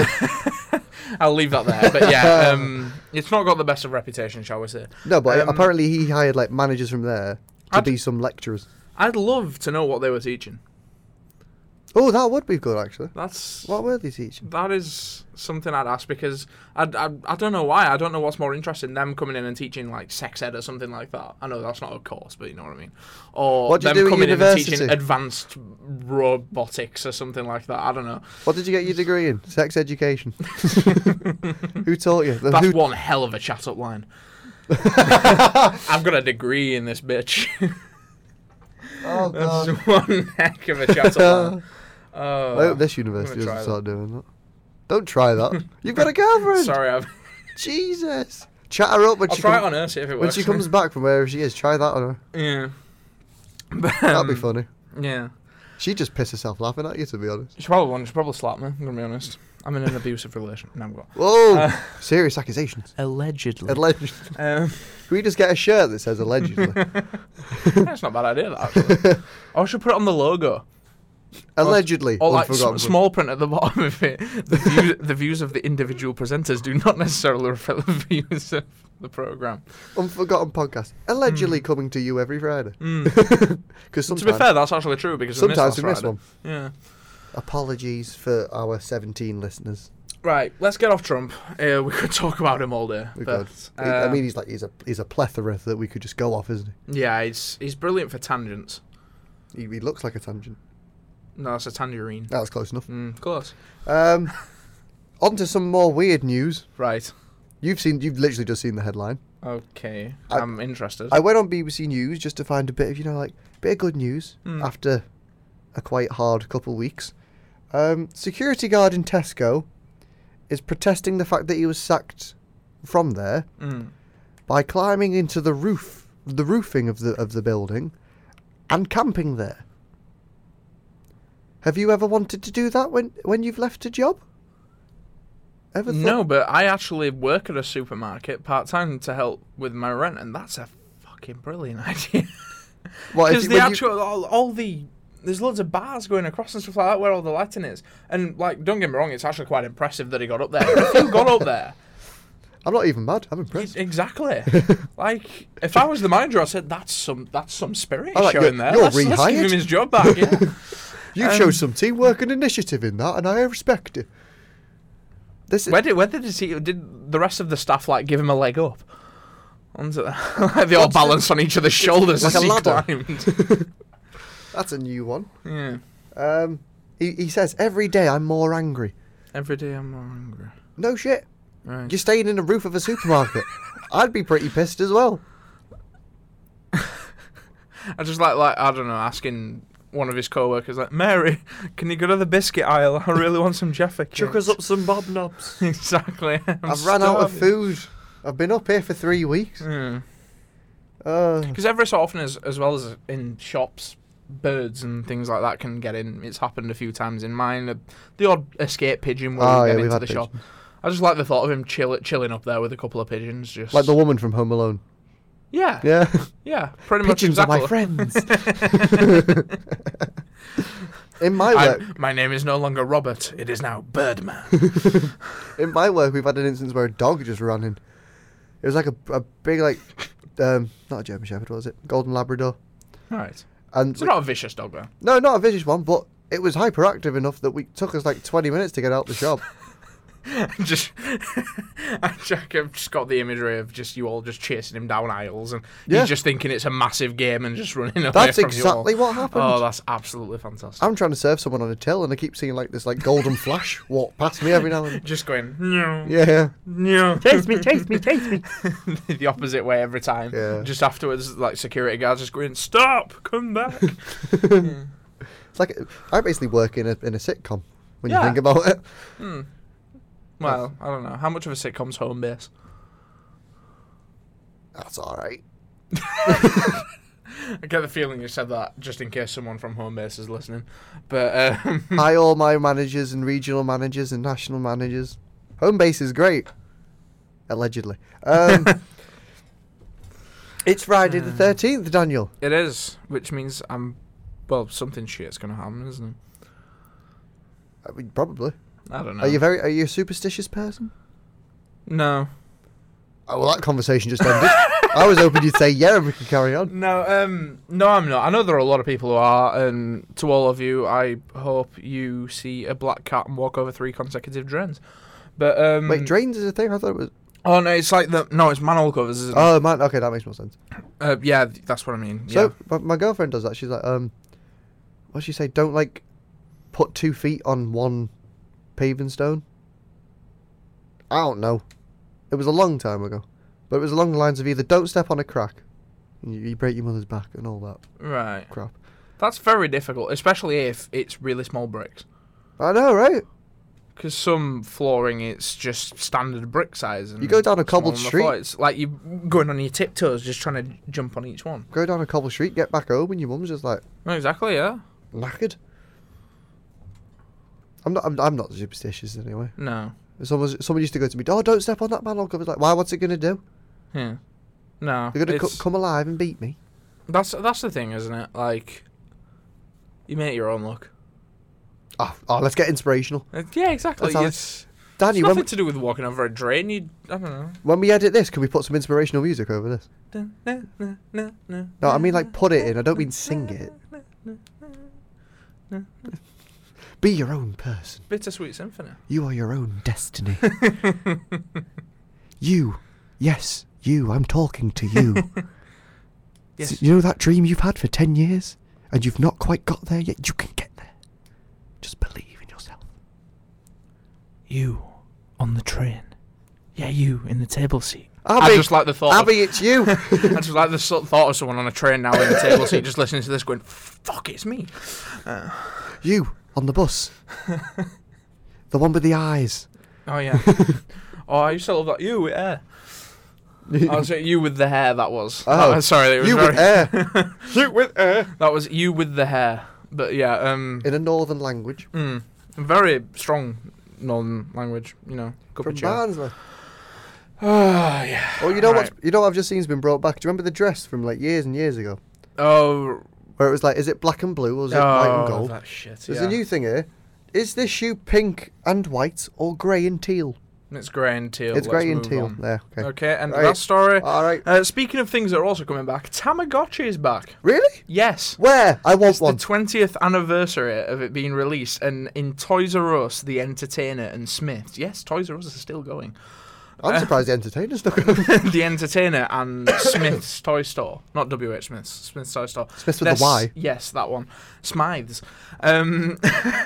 [SPEAKER 2] I'll leave that there. But yeah, um, it's not got the best of reputation, shall we say?
[SPEAKER 1] no, but
[SPEAKER 2] Um,
[SPEAKER 1] apparently he hired like managers from there to
[SPEAKER 2] I'd-
[SPEAKER 1] be some lecturers.
[SPEAKER 2] I'd love to know what they were teaching.
[SPEAKER 1] Oh, that would be good actually.
[SPEAKER 2] That's
[SPEAKER 1] What were they teaching?
[SPEAKER 2] that is something I'd ask because I, I, I don't know why I don't know what's more interesting them coming in and teaching like sex ed or something like that. I know that's not a course, but you know what I mean. Or
[SPEAKER 1] What do you
[SPEAKER 2] them
[SPEAKER 1] do at
[SPEAKER 2] coming in and teaching
[SPEAKER 1] university?
[SPEAKER 2] advanced robotics or something like that. I don't know.
[SPEAKER 1] What did you get your degree in? Sex education. who taught you? The
[SPEAKER 2] That's
[SPEAKER 1] who-
[SPEAKER 2] one hell of a chat up line. I've got a degree in this bitch.
[SPEAKER 1] Um, Oh
[SPEAKER 2] That's
[SPEAKER 1] god.
[SPEAKER 2] one heck of a chat up line. Oh,
[SPEAKER 1] I hope this university
[SPEAKER 2] I'm gonna
[SPEAKER 1] doesn't
[SPEAKER 2] try
[SPEAKER 1] start doing that. Don't try that. You've got a girlfriend.
[SPEAKER 2] sorry, I've,
[SPEAKER 1] Jesus. Chat her up when
[SPEAKER 2] I'll
[SPEAKER 1] she
[SPEAKER 2] try
[SPEAKER 1] come-
[SPEAKER 2] it on her see if it
[SPEAKER 1] when
[SPEAKER 2] works.
[SPEAKER 1] she comes back from wherever she is. Try that on her.
[SPEAKER 2] yeah, But,
[SPEAKER 1] That'd be
[SPEAKER 2] um,
[SPEAKER 1] funny.
[SPEAKER 2] Yeah.
[SPEAKER 1] She just pissed herself laughing at you, to be honest.
[SPEAKER 2] She probably won't. She probably slapped me. I'm gonna be honest. I'm in an abusive relation. No, I'm not.
[SPEAKER 1] Whoa!
[SPEAKER 2] Uh,
[SPEAKER 1] Serious accusations.
[SPEAKER 2] Allegedly.
[SPEAKER 1] Allegedly.
[SPEAKER 2] um,
[SPEAKER 1] Can we just get a shirt that says allegedly?
[SPEAKER 2] that's not a bad idea. That actually. or I should put it on the logo,
[SPEAKER 1] allegedly.
[SPEAKER 2] or like s-
[SPEAKER 1] unforgotten.
[SPEAKER 2] small print at the bottom of it. The, view, the views of the individual presenters do not necessarily reflect the views of the program.
[SPEAKER 1] Unforgotten podcast. Allegedly coming to you every Friday. Because
[SPEAKER 2] Hmm. To be
[SPEAKER 1] sometimes,
[SPEAKER 2] fair, that's actually true because
[SPEAKER 1] sometimes
[SPEAKER 2] we
[SPEAKER 1] we
[SPEAKER 2] missed,
[SPEAKER 1] miss
[SPEAKER 2] last
[SPEAKER 1] one.
[SPEAKER 2] Friday. Yeah.
[SPEAKER 1] Apologies for our 17 listeners.
[SPEAKER 2] Right. Let's get off Trump. Uh, we could talk about him all day.
[SPEAKER 1] We could.
[SPEAKER 2] but,
[SPEAKER 1] He- I
[SPEAKER 2] uh,
[SPEAKER 1] mean, he's like he's a he's a plethora that we could just go off, isn't
[SPEAKER 2] yeah, he's he's brilliant for tangents.
[SPEAKER 1] he? He, he looks like a tangent.
[SPEAKER 2] No, that's a tangerine.
[SPEAKER 1] That was close enough.
[SPEAKER 2] Mm, of course.
[SPEAKER 1] Um, on to some more weird news.
[SPEAKER 2] Right.
[SPEAKER 1] You've seen, you've literally just seen the headline.
[SPEAKER 2] Okay,
[SPEAKER 1] I-
[SPEAKER 2] I'm interested.
[SPEAKER 1] I went on BBC News just to find a bit of, you know, like bit of good news
[SPEAKER 2] Hmm.
[SPEAKER 1] after a quite hard couple weeks. Um, security guard in Tesco is protesting the fact that he was sacked from there
[SPEAKER 2] Mm.
[SPEAKER 1] by climbing into the roof, the roofing of the of the building, and camping there. Have you ever wanted to do that when when you've left a job? Ever thought-
[SPEAKER 2] No, but I actually work at a supermarket part time to help with my rent, and that's a fucking brilliant idea.
[SPEAKER 1] What, if
[SPEAKER 2] Because
[SPEAKER 1] you-
[SPEAKER 2] the
[SPEAKER 1] when you-
[SPEAKER 2] actual all, all the there's loads of bars going across and stuff like that where all the lighting is, and like don't get me wrong, it's actually quite impressive that he got up there. But if you got up there,
[SPEAKER 1] I'm not even mad. I'm impressed.
[SPEAKER 2] exactly. Like if I was the manager, I said that's some that's some spirit
[SPEAKER 1] I like
[SPEAKER 2] showing
[SPEAKER 1] your-
[SPEAKER 2] there.
[SPEAKER 1] you're
[SPEAKER 2] Let's, let's give
[SPEAKER 1] rehired."
[SPEAKER 2] him his job back. Yeah.
[SPEAKER 1] You
[SPEAKER 2] Um,
[SPEAKER 1] showed some teamwork and initiative in that, and I respect it. This is,
[SPEAKER 2] Where did where did he did the rest of the staff like give him a leg up? Onto the, like they all
[SPEAKER 1] Onto the-
[SPEAKER 2] balanced on each other's shoulders
[SPEAKER 1] Like
[SPEAKER 2] as
[SPEAKER 1] a
[SPEAKER 2] he
[SPEAKER 1] ladder.
[SPEAKER 2] climbed.
[SPEAKER 1] that's a new one.
[SPEAKER 2] yeah.
[SPEAKER 1] Um, he, he says every day I'm more angry.
[SPEAKER 2] Every day I'm more hungry.
[SPEAKER 1] No shit.
[SPEAKER 2] Right.
[SPEAKER 1] You're staying in the roof of a supermarket. I'd be pretty pissed as well.
[SPEAKER 2] I just like like I don't know asking one of his co-workers like Mary, can you go to the biscuit aisle? I really want some Jaffa cakes.
[SPEAKER 1] some bob knobs.
[SPEAKER 2] exactly. i
[SPEAKER 1] I've ran out of food. I've been up here for three weeks.
[SPEAKER 2] Because
[SPEAKER 1] Uh,
[SPEAKER 2] every so often, as as well as in shops, birds and things like that can get in. It's happened a few times in mine. uh, The odd escape pigeon will
[SPEAKER 1] oh
[SPEAKER 2] get
[SPEAKER 1] yeah,
[SPEAKER 2] into
[SPEAKER 1] we've
[SPEAKER 2] the
[SPEAKER 1] had
[SPEAKER 2] shop.
[SPEAKER 1] shop.
[SPEAKER 2] I just like the thought of him chill, chilling up there with a couple of pigeons. Just
[SPEAKER 1] like the woman from Home Alone.
[SPEAKER 2] yeah, yeah,
[SPEAKER 1] Yeah,
[SPEAKER 2] pretty much
[SPEAKER 1] pigeons are
[SPEAKER 2] exactly.
[SPEAKER 1] my friends. in my
[SPEAKER 2] I'm-
[SPEAKER 1] work,
[SPEAKER 2] my name is no longer Robert. It is now Birdman.
[SPEAKER 1] In my work, we've had an instance where a dog just ran in. It was like a, a big, like, um, not a German Shepherd, what was it? Golden Labrador.
[SPEAKER 2] right.
[SPEAKER 1] And
[SPEAKER 2] It's
[SPEAKER 1] we-
[SPEAKER 2] not a vicious dog though.
[SPEAKER 1] no, not a vicious one, but it was hyperactive enough that we took us like 20 minutes to get out the shop.
[SPEAKER 2] just, I Jack, I've just got the imagery of just you all just chasing him down aisles and
[SPEAKER 1] Yeah.
[SPEAKER 2] he's just thinking it's a massive game and just running away.
[SPEAKER 1] That's
[SPEAKER 2] from
[SPEAKER 1] exactly
[SPEAKER 2] you
[SPEAKER 1] what
[SPEAKER 2] all.
[SPEAKER 1] happened.
[SPEAKER 2] Oh, that's absolutely fantastic.
[SPEAKER 1] I'm trying to serve someone on a till, and I keep seeing like this like golden flash walk past me every now and then.
[SPEAKER 2] just going no,
[SPEAKER 1] Yeah,
[SPEAKER 2] no.
[SPEAKER 3] Chase me, chase me, chase me.
[SPEAKER 2] the opposite way every time.
[SPEAKER 1] Yeah.
[SPEAKER 2] Just afterwards, like security guards just going, "Stop! Come back!"
[SPEAKER 1] it's like I basically work in a in a sitcom when
[SPEAKER 2] Yeah.
[SPEAKER 1] you think about it.
[SPEAKER 2] Hmm. Well, I don't know. How much of a sitcom's home base?
[SPEAKER 1] That's all right.
[SPEAKER 2] I get the feeling you said that just in case someone from home base is listening. But um,
[SPEAKER 1] Hi, all my managers and regional managers and national managers. Home base is great, allegedly. Um, it's Friday the thirteenth, Daniel.
[SPEAKER 2] it is, which means I'm. Well, something shit's gonna happen, isn't
[SPEAKER 1] I mean, probably.
[SPEAKER 2] it? I don't know.
[SPEAKER 1] Are you very? Are you a superstitious person?
[SPEAKER 2] no.
[SPEAKER 1] Oh, well, that conversation just ended. I was hoping you'd say yeah and we can carry on.
[SPEAKER 2] No, um, no, I'm not. I know there are a lot of people who are, and to all of you, I hope you see a black cat and walk over three consecutive drains. But um,
[SPEAKER 1] Wait, drains is a thing? I thought it was.
[SPEAKER 2] Oh no, it's like the no, it's manhole covers. Isn't it?
[SPEAKER 1] Oh man, okay, that makes more sense.
[SPEAKER 2] Uh, yeah, th- that's what I mean.
[SPEAKER 1] Oh. So
[SPEAKER 2] yeah.
[SPEAKER 1] my, my girlfriend does that. She's like, um, what's she say? Don't like put two feet on one paving stone. I don't know. It was a long time ago, but it was along the lines of either don't step on a crack, and you, you break your mother's back and all that
[SPEAKER 2] Right.
[SPEAKER 1] crap.
[SPEAKER 2] That's very difficult, especially if it's really small bricks.
[SPEAKER 1] I know, right?
[SPEAKER 2] Because some flooring, it's just standard brick size. And
[SPEAKER 1] You go down a cobbled
[SPEAKER 2] small on the floor.
[SPEAKER 1] street.
[SPEAKER 2] It's like you're going on your tiptoes, just trying to jump on each one.
[SPEAKER 1] Go down a cobble street, get back home, and your mum's just like
[SPEAKER 2] No, exactly. Yeah.
[SPEAKER 1] knackered. I'm not. I'm, I'm not superstitious anyway.
[SPEAKER 2] No.
[SPEAKER 1] Someone, someone used to go to me, oh, don't step on that manhole cover. It's like, why? What's it gonna do?
[SPEAKER 2] Yeah. No.
[SPEAKER 1] They're gonna co-
[SPEAKER 2] it's-
[SPEAKER 1] come alive and beat me.
[SPEAKER 2] That's that's the thing, isn't it? Like, you make your own luck.
[SPEAKER 1] Oh, oh let's get inspirational,
[SPEAKER 2] Uh, yeah, exactly.
[SPEAKER 1] That's how
[SPEAKER 2] It's, it's
[SPEAKER 1] Danny.
[SPEAKER 2] nothing
[SPEAKER 1] When we,
[SPEAKER 2] to do with walking over a drain. You, I don't know.
[SPEAKER 1] when we edit this, can we put some inspirational music over this?
[SPEAKER 2] Dun, na, na, na, na,
[SPEAKER 1] No, I mean
[SPEAKER 2] na,
[SPEAKER 1] like put it
[SPEAKER 2] na,
[SPEAKER 1] in. I don't
[SPEAKER 2] na,
[SPEAKER 1] mean sing
[SPEAKER 2] na,
[SPEAKER 1] it.
[SPEAKER 2] na, na, na, na.
[SPEAKER 1] Be your own person.
[SPEAKER 2] Bittersweet Symphony.
[SPEAKER 1] You are your own destiny. you, yes, you. I'm talking to you.
[SPEAKER 2] Yes.
[SPEAKER 1] You know that dream you've had for ten years, and you've not quite got there yet. You can get there. Just believe in yourself.
[SPEAKER 2] You on the train. Yeah, you in the table seat.
[SPEAKER 1] Abby,
[SPEAKER 2] I just like the thought. of-
[SPEAKER 1] Abby, it's you.
[SPEAKER 2] I just like the so- thought of someone on a train now in the table seat, just listening to this, going, "Fuck, it's me."
[SPEAKER 1] You on the bus. the one with the eyes.
[SPEAKER 2] Oh yeah. oh, I used to love that. You with hair. I was you with the hair. That was.
[SPEAKER 1] Oh.
[SPEAKER 2] Uh, sorry, it was
[SPEAKER 1] you
[SPEAKER 2] very,
[SPEAKER 1] with air
[SPEAKER 2] you with hair. That was you with the hair. But yeah, um,
[SPEAKER 1] in a northern language.
[SPEAKER 2] mm, very strong northern language. You know, cup
[SPEAKER 1] From
[SPEAKER 2] of joe.
[SPEAKER 1] Barnsley.
[SPEAKER 2] Oh yeah.
[SPEAKER 1] Oh, you know what?
[SPEAKER 2] Right.
[SPEAKER 1] You know what I've just seen has been brought back. Do you remember the dress from like years and years ago,
[SPEAKER 2] Oh.
[SPEAKER 1] where it was like, is it black and blue or is it white
[SPEAKER 2] oh,
[SPEAKER 1] and gold?
[SPEAKER 2] that shit.
[SPEAKER 1] There's
[SPEAKER 2] yeah.
[SPEAKER 1] a new thing here. Is this shoe pink and white or grey and teal?
[SPEAKER 2] It's grey and teal.
[SPEAKER 1] it's
[SPEAKER 2] let's
[SPEAKER 1] grey and
[SPEAKER 2] move
[SPEAKER 1] teal.
[SPEAKER 2] on.
[SPEAKER 1] There. Okay.
[SPEAKER 2] Okay, and
[SPEAKER 1] Right.
[SPEAKER 2] that story.
[SPEAKER 1] All right.
[SPEAKER 2] Uh, speaking of things that are also coming back, Tamagotchi is back.
[SPEAKER 1] Really?
[SPEAKER 2] Yes.
[SPEAKER 1] Where? I want
[SPEAKER 2] It's
[SPEAKER 1] one.
[SPEAKER 2] the 20th anniversary of it being released, and in Toys R Us, The Entertainer and Smith. Yes, Toys R Us is still going.
[SPEAKER 1] I'm
[SPEAKER 2] uh,
[SPEAKER 1] surprised the entertainers not going.
[SPEAKER 2] the Entertainer and Smith's Toy Store. Not WH Smith's, Smith's Toy Store.
[SPEAKER 1] Smith's with
[SPEAKER 2] They're
[SPEAKER 1] a
[SPEAKER 2] s-
[SPEAKER 1] Y.
[SPEAKER 2] Yes, that one. Smythe's. Um,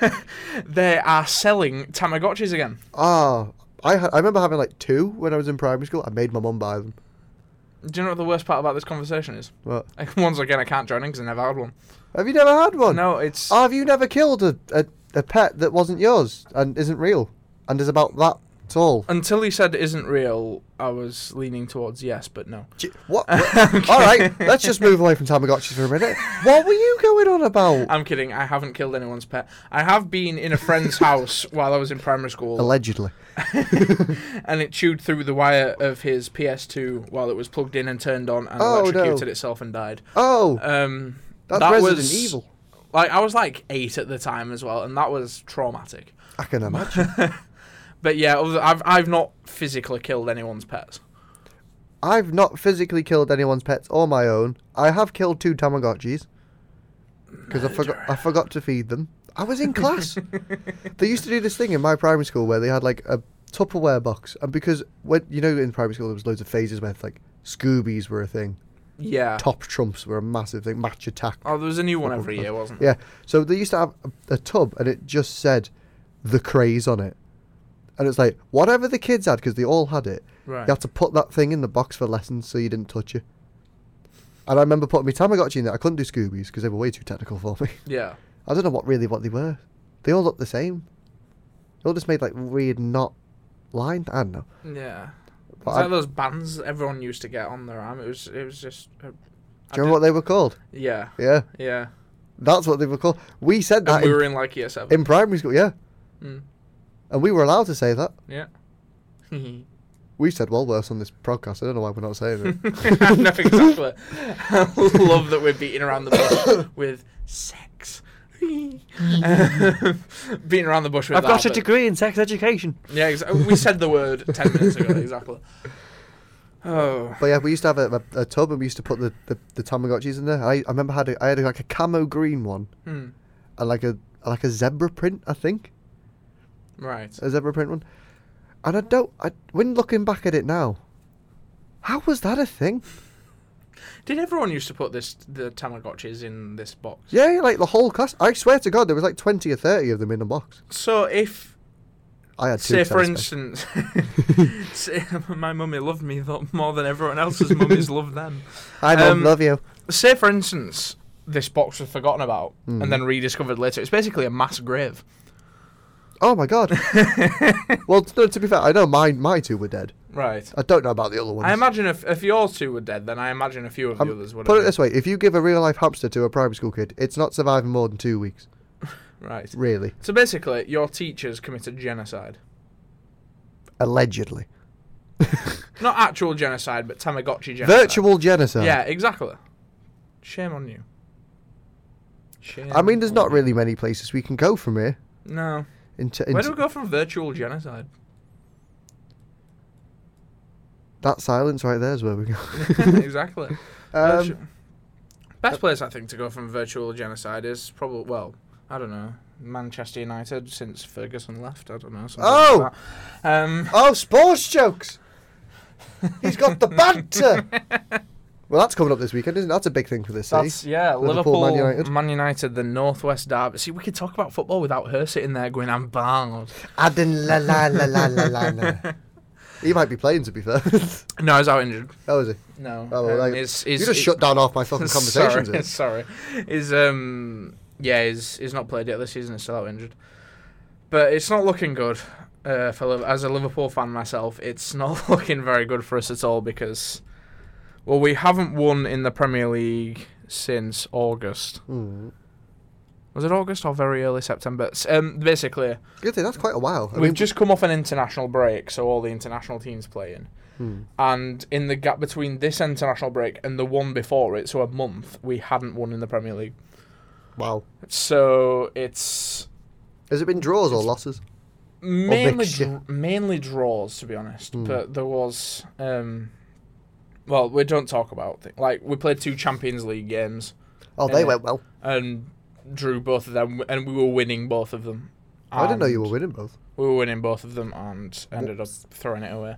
[SPEAKER 2] they are selling Tamagotchis again.
[SPEAKER 1] Ah, I had, I remember having like two when I was in primary school. I made my mum buy them.
[SPEAKER 2] Do you know what the worst part about this conversation is?
[SPEAKER 1] What?
[SPEAKER 2] Once again, I can't join in because I never had one.
[SPEAKER 1] Have you never had one?
[SPEAKER 2] No, it's.
[SPEAKER 1] Oh, have you never killed a, a, a pet that wasn't yours and isn't real and is about that tall?
[SPEAKER 2] Until he said it isn't real, I was leaning towards yes, but no.
[SPEAKER 1] J- What? All right, let's just move away from Tamagotchis for a minute. What were you going on about?
[SPEAKER 2] I'm kidding. I haven't killed anyone's pet. I have been in a friend's house while I was in primary school,
[SPEAKER 1] Allegedly.
[SPEAKER 2] and it chewed through the wire of his PS2 while it was plugged in and turned on, and
[SPEAKER 1] Oh, no.
[SPEAKER 2] electrocuted itself and died.
[SPEAKER 1] Oh,
[SPEAKER 2] Um,
[SPEAKER 1] that's
[SPEAKER 2] that
[SPEAKER 1] Resident
[SPEAKER 2] was
[SPEAKER 1] Evil.
[SPEAKER 2] Like I was like eight at the time as well, and that was traumatic.
[SPEAKER 1] I can imagine.
[SPEAKER 2] But yeah, other- I've I've not physically killed anyone's pets.
[SPEAKER 1] I've not physically killed anyone's pets or my own. I have killed two Tamagotchis because I forgot I forgot to feed them. I was in class. they used to do this thing in my primary school where they had like a Tupperware box, and because when you know in primary school there was loads of phases where like Scoobies were a thing,
[SPEAKER 2] Yeah.
[SPEAKER 1] Top Trumps were a massive thing, Match Attack.
[SPEAKER 2] Ah. Oh, there was a new one every year, wasn't there?
[SPEAKER 1] Yeah, so they used to have a, a tub, and it just said the craze on it, and it's like whatever the kids had because they all had it.
[SPEAKER 2] Right.
[SPEAKER 1] You had to put that thing in the box for lessons so you didn't touch it. And I remember putting my Tamagotchi in there. I couldn't do Scoobies because they were way too technical for me.
[SPEAKER 2] Yeah.
[SPEAKER 1] I don't know what really what they were. They all looked the same. They all just made like weird knot line. I don't know.
[SPEAKER 2] Yeah.
[SPEAKER 1] But
[SPEAKER 2] it's
[SPEAKER 1] I-
[SPEAKER 2] like those bands everyone used to get on their arm. It was it was just.
[SPEAKER 1] Do
[SPEAKER 2] Uh, I
[SPEAKER 1] you remember what they were called?
[SPEAKER 2] did- yeah,
[SPEAKER 1] Yeah,
[SPEAKER 2] yeah.
[SPEAKER 1] that's what they were called. We said
[SPEAKER 2] And
[SPEAKER 1] that
[SPEAKER 2] we
[SPEAKER 1] in,
[SPEAKER 2] were in like year seven.
[SPEAKER 1] in primary school. Yeah,
[SPEAKER 2] Mm,
[SPEAKER 1] and we were allowed to say that.
[SPEAKER 2] yeah.
[SPEAKER 1] We said well worse on this podcast. I don't know why we're not saying it.
[SPEAKER 2] no, exactly. I love that we're beating around the bush with sex. Um, beating around the bush with that, but-
[SPEAKER 1] degree in sex education.
[SPEAKER 2] Yeah, exa- we said the word ten minutes ago. Exactly. Oh.
[SPEAKER 1] But yeah, we used to have a, a, a tub and we used to put the, the, the Tamagotchis in there. I, I remember had a, I had a, like a camo green one
[SPEAKER 2] Hmm.
[SPEAKER 1] and like a like a zebra print, I think.
[SPEAKER 2] Right.
[SPEAKER 1] A zebra print one. And I don't I when looking back at it now, how was that a thing?
[SPEAKER 2] Did everyone used to put this the Tamagotchis in this box?
[SPEAKER 1] Yeah, like the whole class. I swear to God, there was like twenty or thirty of them in a box.
[SPEAKER 2] So if
[SPEAKER 1] I had two.
[SPEAKER 2] say for
[SPEAKER 1] experiments.
[SPEAKER 2] instance, say, my mummy loved me tho- more than everyone else's mummies loved them.
[SPEAKER 1] I don't
[SPEAKER 2] um,
[SPEAKER 1] love you.
[SPEAKER 2] Say for instance, this box was forgotten about
[SPEAKER 1] Mhm.
[SPEAKER 2] and then rediscovered later. It's basically a mass grave.
[SPEAKER 1] Oh my God. well, t- no. To be fair, I know my my two were dead.
[SPEAKER 2] Right.
[SPEAKER 1] I don't know about the other ones.
[SPEAKER 2] I imagine if if your two were dead, then I imagine a few of the
[SPEAKER 1] Um,
[SPEAKER 2] others would.
[SPEAKER 1] Put it
[SPEAKER 2] have
[SPEAKER 1] this way: if you give a real life hamster to a primary school kid, it's not surviving more than two weeks.
[SPEAKER 2] been- Right.
[SPEAKER 1] Really,
[SPEAKER 2] So basically, your teachers committed genocide.
[SPEAKER 1] allegedly,
[SPEAKER 2] Not actual genocide, but Tamagotchi genocide.
[SPEAKER 1] virtual genocide.
[SPEAKER 2] Yeah, exactly. Shame on you. Shame
[SPEAKER 1] I mean, there's
[SPEAKER 2] on
[SPEAKER 1] not
[SPEAKER 2] you.
[SPEAKER 1] really many places we can go from here.
[SPEAKER 2] No.
[SPEAKER 1] Into,
[SPEAKER 2] Where do we go from virtual genocide?
[SPEAKER 1] That silence right there is where we go.
[SPEAKER 2] exactly.
[SPEAKER 1] Um, uh,
[SPEAKER 2] Virtu- Best place I think to go from virtual genocide is probably well, I don't know, Manchester United since Ferguson left. I don't know. something like that. um,
[SPEAKER 1] oh, sports jokes. He's got the banter. well, that's coming up this weekend, isn't it? That's a big thing for this city.
[SPEAKER 2] that's yeah.
[SPEAKER 1] Liverpool,
[SPEAKER 2] Liverpool,
[SPEAKER 1] Man United.
[SPEAKER 2] Man United. the Northwest Derby. See, we could talk about football without her sitting there going, "I'm barred."
[SPEAKER 1] Adin la la la la la la. la. He might be playing, to be fair.
[SPEAKER 2] No, he's out injured.
[SPEAKER 1] How is he?
[SPEAKER 2] No,
[SPEAKER 1] Oh, well,
[SPEAKER 2] um,
[SPEAKER 1] like,
[SPEAKER 2] he's-
[SPEAKER 1] You
[SPEAKER 2] he's-
[SPEAKER 1] just
[SPEAKER 2] he-
[SPEAKER 1] shut down half my fucking conversations.
[SPEAKER 2] Sorry,
[SPEAKER 1] here.
[SPEAKER 2] sorry. Is um yeah, he's he's not played yet this season. He's still out injured, but it's not looking good. Uh, for Liv- as a Liverpool fan myself, it's not looking very good for us at all because, well, we haven't won in the Premier League since August.
[SPEAKER 1] Mm.
[SPEAKER 2] Was it August or very early September? S- Um, basically,
[SPEAKER 1] Good thing that's quite a while. I
[SPEAKER 2] we've
[SPEAKER 1] mean,
[SPEAKER 2] just come off an international break, so all the international teams playing.
[SPEAKER 1] Hmm.
[SPEAKER 2] And in the gap between this international break and the one before it, so a month, we hadn't won in the Premier League.
[SPEAKER 1] wow.
[SPEAKER 2] So it's
[SPEAKER 1] Has it been draws or losses?
[SPEAKER 2] mainly
[SPEAKER 1] mixture.
[SPEAKER 2] dr- mainly draws, to be honest.
[SPEAKER 1] Mm.
[SPEAKER 2] But there was, um, well, we don't talk about thi- like we played two Champions League games
[SPEAKER 1] Oh, they
[SPEAKER 2] Uh,
[SPEAKER 1] went well.
[SPEAKER 2] and drew both of them, and we were winning both of them.
[SPEAKER 1] I didn't know you
[SPEAKER 2] And
[SPEAKER 1] were winning both.
[SPEAKER 2] We were winning both of them and ended up throwing it away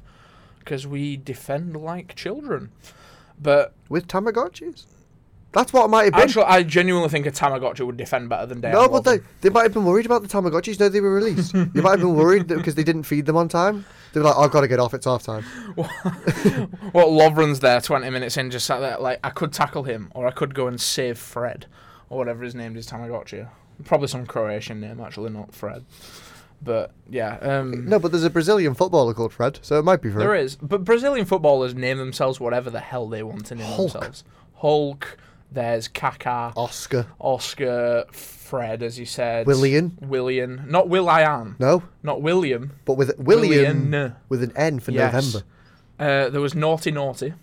[SPEAKER 2] because we defend like children. But
[SPEAKER 1] With Tamagotchis? That's what it might have been.
[SPEAKER 2] actually, I genuinely think a Tamagotchi would defend better than Dale.
[SPEAKER 1] no, but they, they might have been worried about the Tamagotchis. No, they were released. you might have been worried that because they didn't feed them on time. They were like, I've got to get off. It's half time.
[SPEAKER 2] Well, Lovren's there 20 minutes in, just sat there, like, I could tackle him, or I could go and save Fred, or whatever his name is, Tamagotchi. Probably some Croatian name, actually, not Fred. But, yeah. Um,
[SPEAKER 1] No, but there's a Brazilian footballer called Fred, so it might be Fred.
[SPEAKER 2] there is. But Brazilian footballers name themselves whatever the hell they want to name
[SPEAKER 1] Hulk.
[SPEAKER 2] themselves. Hulk, there's Kaká,
[SPEAKER 1] Oscar.
[SPEAKER 2] Oscar, Fred, as you said.
[SPEAKER 1] Willian.
[SPEAKER 2] Willian. Not Will-I-Am.
[SPEAKER 1] No,
[SPEAKER 2] Not William.
[SPEAKER 1] but with William.
[SPEAKER 2] Willian.
[SPEAKER 1] With an N for
[SPEAKER 2] Yes.
[SPEAKER 1] November.
[SPEAKER 2] Uh, there was Naughty Naughty.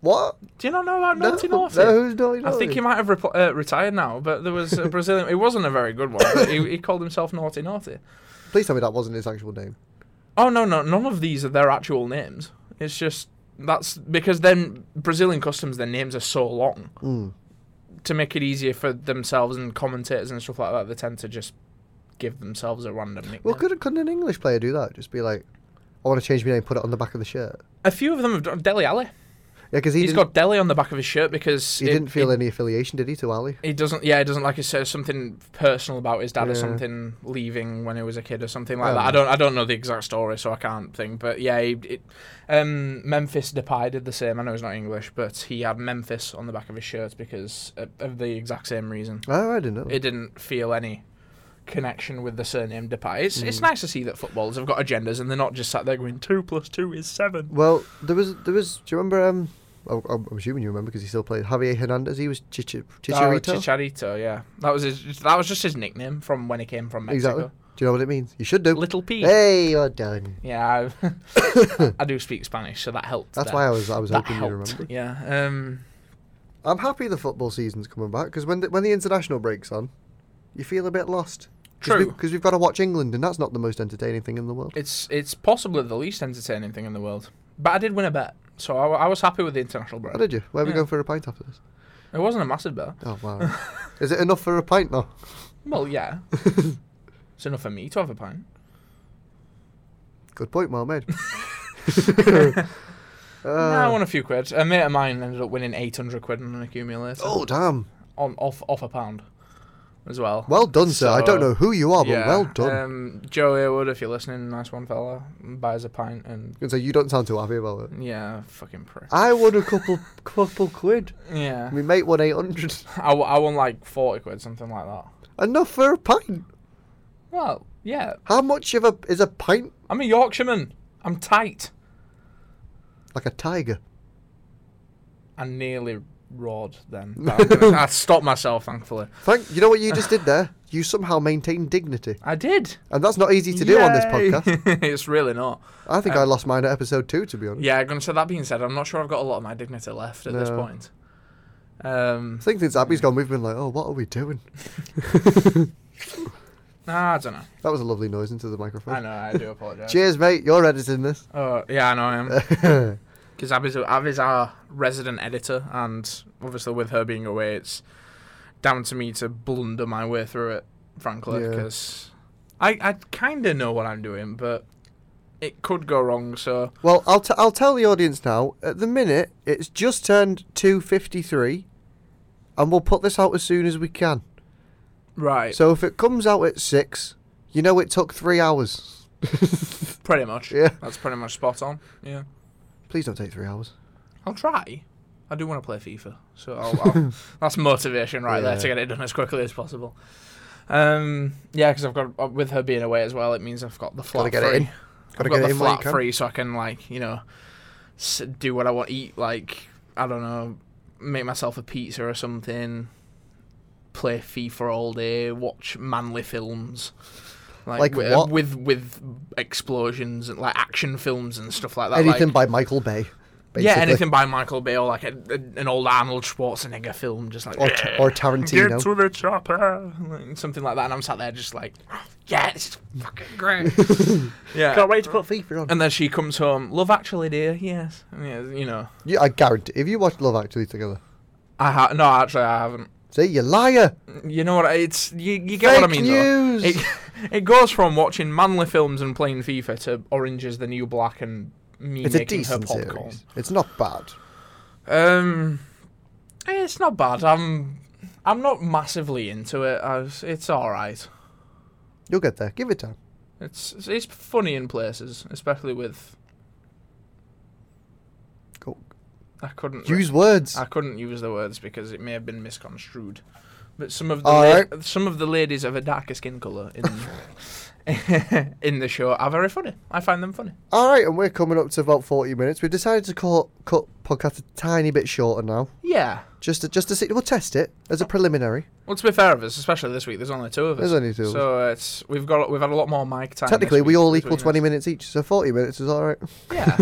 [SPEAKER 1] What?
[SPEAKER 2] Do you not know about Naughty
[SPEAKER 1] no,
[SPEAKER 2] Naughty?
[SPEAKER 1] No, who's Naughty
[SPEAKER 2] I
[SPEAKER 1] Naughty?
[SPEAKER 2] think he might have repl uh, retired now, but there was a Brazilian. it wasn't a very good one. But he, he called himself Naughty Naughty.
[SPEAKER 1] Please tell me that wasn't his actual name.
[SPEAKER 2] Oh no, no, none of these are their actual names. It's just that's because then Brazilian customs their names are so long
[SPEAKER 1] Mm.
[SPEAKER 2] to make it easier for themselves and commentators and stuff like that. They tend to just give themselves a random nickname.
[SPEAKER 1] Well, could, couldn't an English player do that? Just be like, I want to change my name, put it on the back of the shirt.
[SPEAKER 2] a few of them have done Deli Alley.
[SPEAKER 1] Yeah, because he
[SPEAKER 2] He's
[SPEAKER 1] didn't,
[SPEAKER 2] got Deli on the back of his shirt because
[SPEAKER 1] he
[SPEAKER 2] it-
[SPEAKER 1] didn't feel
[SPEAKER 2] it-
[SPEAKER 1] any affiliation, did he, to Ali?
[SPEAKER 2] He doesn't. Yeah, he doesn't like. He says something personal about his dad
[SPEAKER 1] Yeah.
[SPEAKER 2] or something leaving when he was a kid or something like
[SPEAKER 1] Oh.
[SPEAKER 2] that. I don't. I don't know the exact story, so I can't think. But yeah, he, it, um, Memphis Depay did the same. I know he's not English, but he had Memphis on the back of his shirt because of, of the exact same reason.
[SPEAKER 1] Oh, I didn't know. that.
[SPEAKER 2] It didn't feel any connection with the surname Depay. It's, it's
[SPEAKER 1] Mm.
[SPEAKER 2] nice to see that footballers have got agendas and they're not just sat there going two plus two is seven.
[SPEAKER 1] Well, there was there was. Do you remember? Um, oh, I'm I'm assuming you remember because he still played Javier Hernandez. He was Chichi- Chicharito.
[SPEAKER 2] Oh, Chicharito, yeah, that was his. That was just his nickname from when he came from
[SPEAKER 1] Exactly.
[SPEAKER 2] Mexico.
[SPEAKER 1] do you know what it means? You should do.
[SPEAKER 2] Little P.
[SPEAKER 1] Hey, you're done.
[SPEAKER 2] Yeah, I, I do speak Spanish, so that helped.
[SPEAKER 1] That's
[SPEAKER 2] there.
[SPEAKER 1] why I was I was
[SPEAKER 2] that
[SPEAKER 1] hoping you
[SPEAKER 2] helped.
[SPEAKER 1] remember.
[SPEAKER 2] Yeah. Um,
[SPEAKER 1] I'm happy the football season's coming back because when the, when the international breaks on, you feel a bit lost.
[SPEAKER 2] true.
[SPEAKER 1] Because we, have got to watch England, and that's not the most entertaining thing in the world.
[SPEAKER 2] it's it's possibly the least entertaining thing in the world, but I did win a bet, So I, I was happy with the international break.
[SPEAKER 1] How did you? Where are we
[SPEAKER 2] Yeah.
[SPEAKER 1] going for a pint after this?
[SPEAKER 2] It wasn't a massive bill.
[SPEAKER 1] Oh, wow. Is it enough for a pint now?
[SPEAKER 2] Well, yeah. it's enough for me to have a pint.
[SPEAKER 1] Good point, well made. Uh,
[SPEAKER 2] No, I won a few quid. A mate of mine ended up winning 800 quid on an accumulator.
[SPEAKER 1] oh, damn.
[SPEAKER 2] On, off, off a pound as well.
[SPEAKER 1] Well done, sir. I don't
[SPEAKER 2] So,
[SPEAKER 1] know who you are, Oh, but
[SPEAKER 2] yeah,
[SPEAKER 1] well done. I'm
[SPEAKER 2] Um, Joe Earwood, if you're listening, nice one fella. Buys a pint and,
[SPEAKER 1] going to say, you don't sound too happy about it.
[SPEAKER 2] yeah, fucking prick.
[SPEAKER 1] I won a couple couple quid.
[SPEAKER 2] yeah.
[SPEAKER 1] My mate won 800.
[SPEAKER 2] I, w- I won like 40 quid, something like that.
[SPEAKER 1] Enough for a pint.
[SPEAKER 2] Well, yeah.
[SPEAKER 1] How much of a is a pint?
[SPEAKER 2] I'm a Yorkshireman. I'm tight.
[SPEAKER 1] Like a tiger.
[SPEAKER 2] I nearly roared then. But I'm gonna- I stopped myself, thankfully.
[SPEAKER 1] Thank you know what you just did there? You somehow maintained dignity.
[SPEAKER 2] I did.
[SPEAKER 1] And that's not easy to do on this
[SPEAKER 2] Yay.
[SPEAKER 1] podcast.
[SPEAKER 2] it's really not.
[SPEAKER 1] I think
[SPEAKER 2] Um,
[SPEAKER 1] I lost mine at episode two, to be honest.
[SPEAKER 2] Yeah, I'm gonna say that being said, I'm not sure I've got a lot of my dignity left at this
[SPEAKER 1] No.
[SPEAKER 2] point. Um,
[SPEAKER 1] I think since Abby's gone, we've been like, oh, what are we doing?
[SPEAKER 2] nah, I don't know.
[SPEAKER 1] That was a lovely noise into the
[SPEAKER 2] I
[SPEAKER 1] microphone.
[SPEAKER 2] know. I do apologize.
[SPEAKER 1] Cheers, mate. You're editing this.
[SPEAKER 2] Oh, yeah, I know I am.
[SPEAKER 1] That's
[SPEAKER 2] Because Abby's, Abby's our resident editor, and obviously with her being away, it's down to me to blunder my way through it, frankly.
[SPEAKER 1] Yeah.
[SPEAKER 2] Because I, I kind of know what I'm doing, but it could go wrong, so
[SPEAKER 1] Well, I'll, t- I'll tell the audience now. At the minute, it's just turned 2.53, and we'll put this out as soon as we can.
[SPEAKER 2] right,
[SPEAKER 1] So if it comes out at 6, you know it took three hours.
[SPEAKER 2] pretty much.
[SPEAKER 1] Yeah.
[SPEAKER 2] That's pretty much spot on. Yeah,
[SPEAKER 1] Please don't take three hours.
[SPEAKER 2] I'll try. I do want to play FIFA, so I'll, I'll, that's motivation right there
[SPEAKER 1] Yeah.
[SPEAKER 2] to get it done as quickly as possible. Um, yeah, because I've got uh, with her being away as well, it means I've got the
[SPEAKER 1] Gotta
[SPEAKER 2] flat
[SPEAKER 1] get
[SPEAKER 2] free.
[SPEAKER 1] it in. Gotta
[SPEAKER 2] I've
[SPEAKER 1] get
[SPEAKER 2] got
[SPEAKER 1] it
[SPEAKER 2] the
[SPEAKER 1] in while you
[SPEAKER 2] flat
[SPEAKER 1] can.
[SPEAKER 2] free so I can like you know s- do what I want eat like I don't know make myself a pizza or something play FIFA all day watch manly films
[SPEAKER 1] Like
[SPEAKER 2] wi-
[SPEAKER 1] what?
[SPEAKER 2] with with explosions and like action films and stuff like that
[SPEAKER 1] Anything
[SPEAKER 2] like,
[SPEAKER 1] by Michael Bay. Basically.
[SPEAKER 2] yeah anything by Michael Bay or like a, a- an old Arnold Schwarzenegger film just like
[SPEAKER 1] Or,
[SPEAKER 2] "Yeah,
[SPEAKER 1] or
[SPEAKER 2] get
[SPEAKER 1] Tarantino.
[SPEAKER 2] to the chopper like, something like that and I'm sat there just like "Oh, yeah this is fucking great yeah
[SPEAKER 1] wait to put FIFA on.
[SPEAKER 2] and then she comes home. Love Actually, dear. Yes. Yeah, you know.
[SPEAKER 1] Yeah, I guarantee. If you watched Love Actually together,
[SPEAKER 2] I ha- no, actually, I haven't.
[SPEAKER 1] see, you liar.
[SPEAKER 2] You know what? I- It's you. You get what I
[SPEAKER 1] Fake
[SPEAKER 2] mean.
[SPEAKER 1] news.
[SPEAKER 2] Though. It it goes from watching manly films and playing FIFA to Orange is the New Black and me
[SPEAKER 1] it's a
[SPEAKER 2] making her
[SPEAKER 1] decent
[SPEAKER 2] popcorn.
[SPEAKER 1] series. It's not bad.
[SPEAKER 2] Um, eh, it's not bad. I'm I'm not massively into it. I was, it's all right.
[SPEAKER 1] You'll get there. Give it time.
[SPEAKER 2] It's it's funny in places, especially with.
[SPEAKER 1] Go-
[SPEAKER 2] I couldn't. re-
[SPEAKER 1] Use words.
[SPEAKER 2] I couldn't use the words because it may have been misconstrued. But some of the
[SPEAKER 1] All
[SPEAKER 2] la- some of the ladies of a darker skin colour in in the show are very funny. I find them funny.
[SPEAKER 1] All right, and we're coming up to about forty minutes. We've decided to call, cut podcast a tiny bit shorter now,
[SPEAKER 2] Yeah.
[SPEAKER 1] just to, just to see. We'll test it as a preliminary.
[SPEAKER 2] Well, to be fair of us, especially this week, there's only two of us.
[SPEAKER 1] There's only two of us.
[SPEAKER 2] So it's we've got we've had a lot more mic time. this
[SPEAKER 1] Technically, we
[SPEAKER 2] week
[SPEAKER 1] all
[SPEAKER 2] between
[SPEAKER 1] equal twenty minutes each, so forty minutes is all right.
[SPEAKER 2] us. Yeah.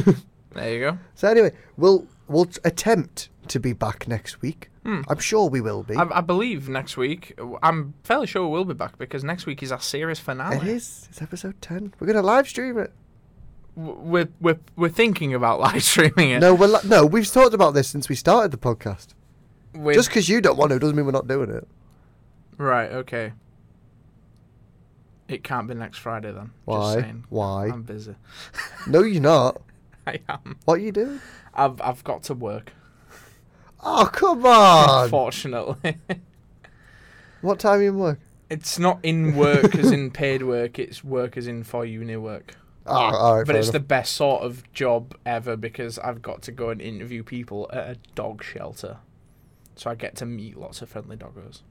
[SPEAKER 2] there you go.
[SPEAKER 1] So anyway, we'll we'll t- attempt to be back next week.
[SPEAKER 2] Hmm.
[SPEAKER 1] I'm sure we will be.
[SPEAKER 2] I, I believe next week. I'm fairly sure we'll be back because next week is our series finale.
[SPEAKER 1] It is. It's episode ten. We're gonna live stream it.
[SPEAKER 2] W- We're we're we're thinking about live streaming it.
[SPEAKER 1] No, we're li- no. We've talked about this since we started the podcast.
[SPEAKER 2] We're-
[SPEAKER 1] Just because you don't want to doesn't mean we're not doing it.
[SPEAKER 2] Right, okay. It can't be next Friday then. Just
[SPEAKER 1] Why?
[SPEAKER 2] saying.
[SPEAKER 1] Why?
[SPEAKER 2] I'm busy.
[SPEAKER 1] No, you're not.
[SPEAKER 2] I am.
[SPEAKER 1] What are you doing?
[SPEAKER 2] I've I've got to work.
[SPEAKER 1] Oh, come on.
[SPEAKER 2] Unfortunately.
[SPEAKER 1] What time are you in work?
[SPEAKER 2] it's not in work as in paid work, it's work as in for uni work.
[SPEAKER 1] Oh, all right.
[SPEAKER 2] Ah, But it's the best sort of job ever because I've got to go and interview people at a dog shelter. So I get to meet lots of friendly doggos.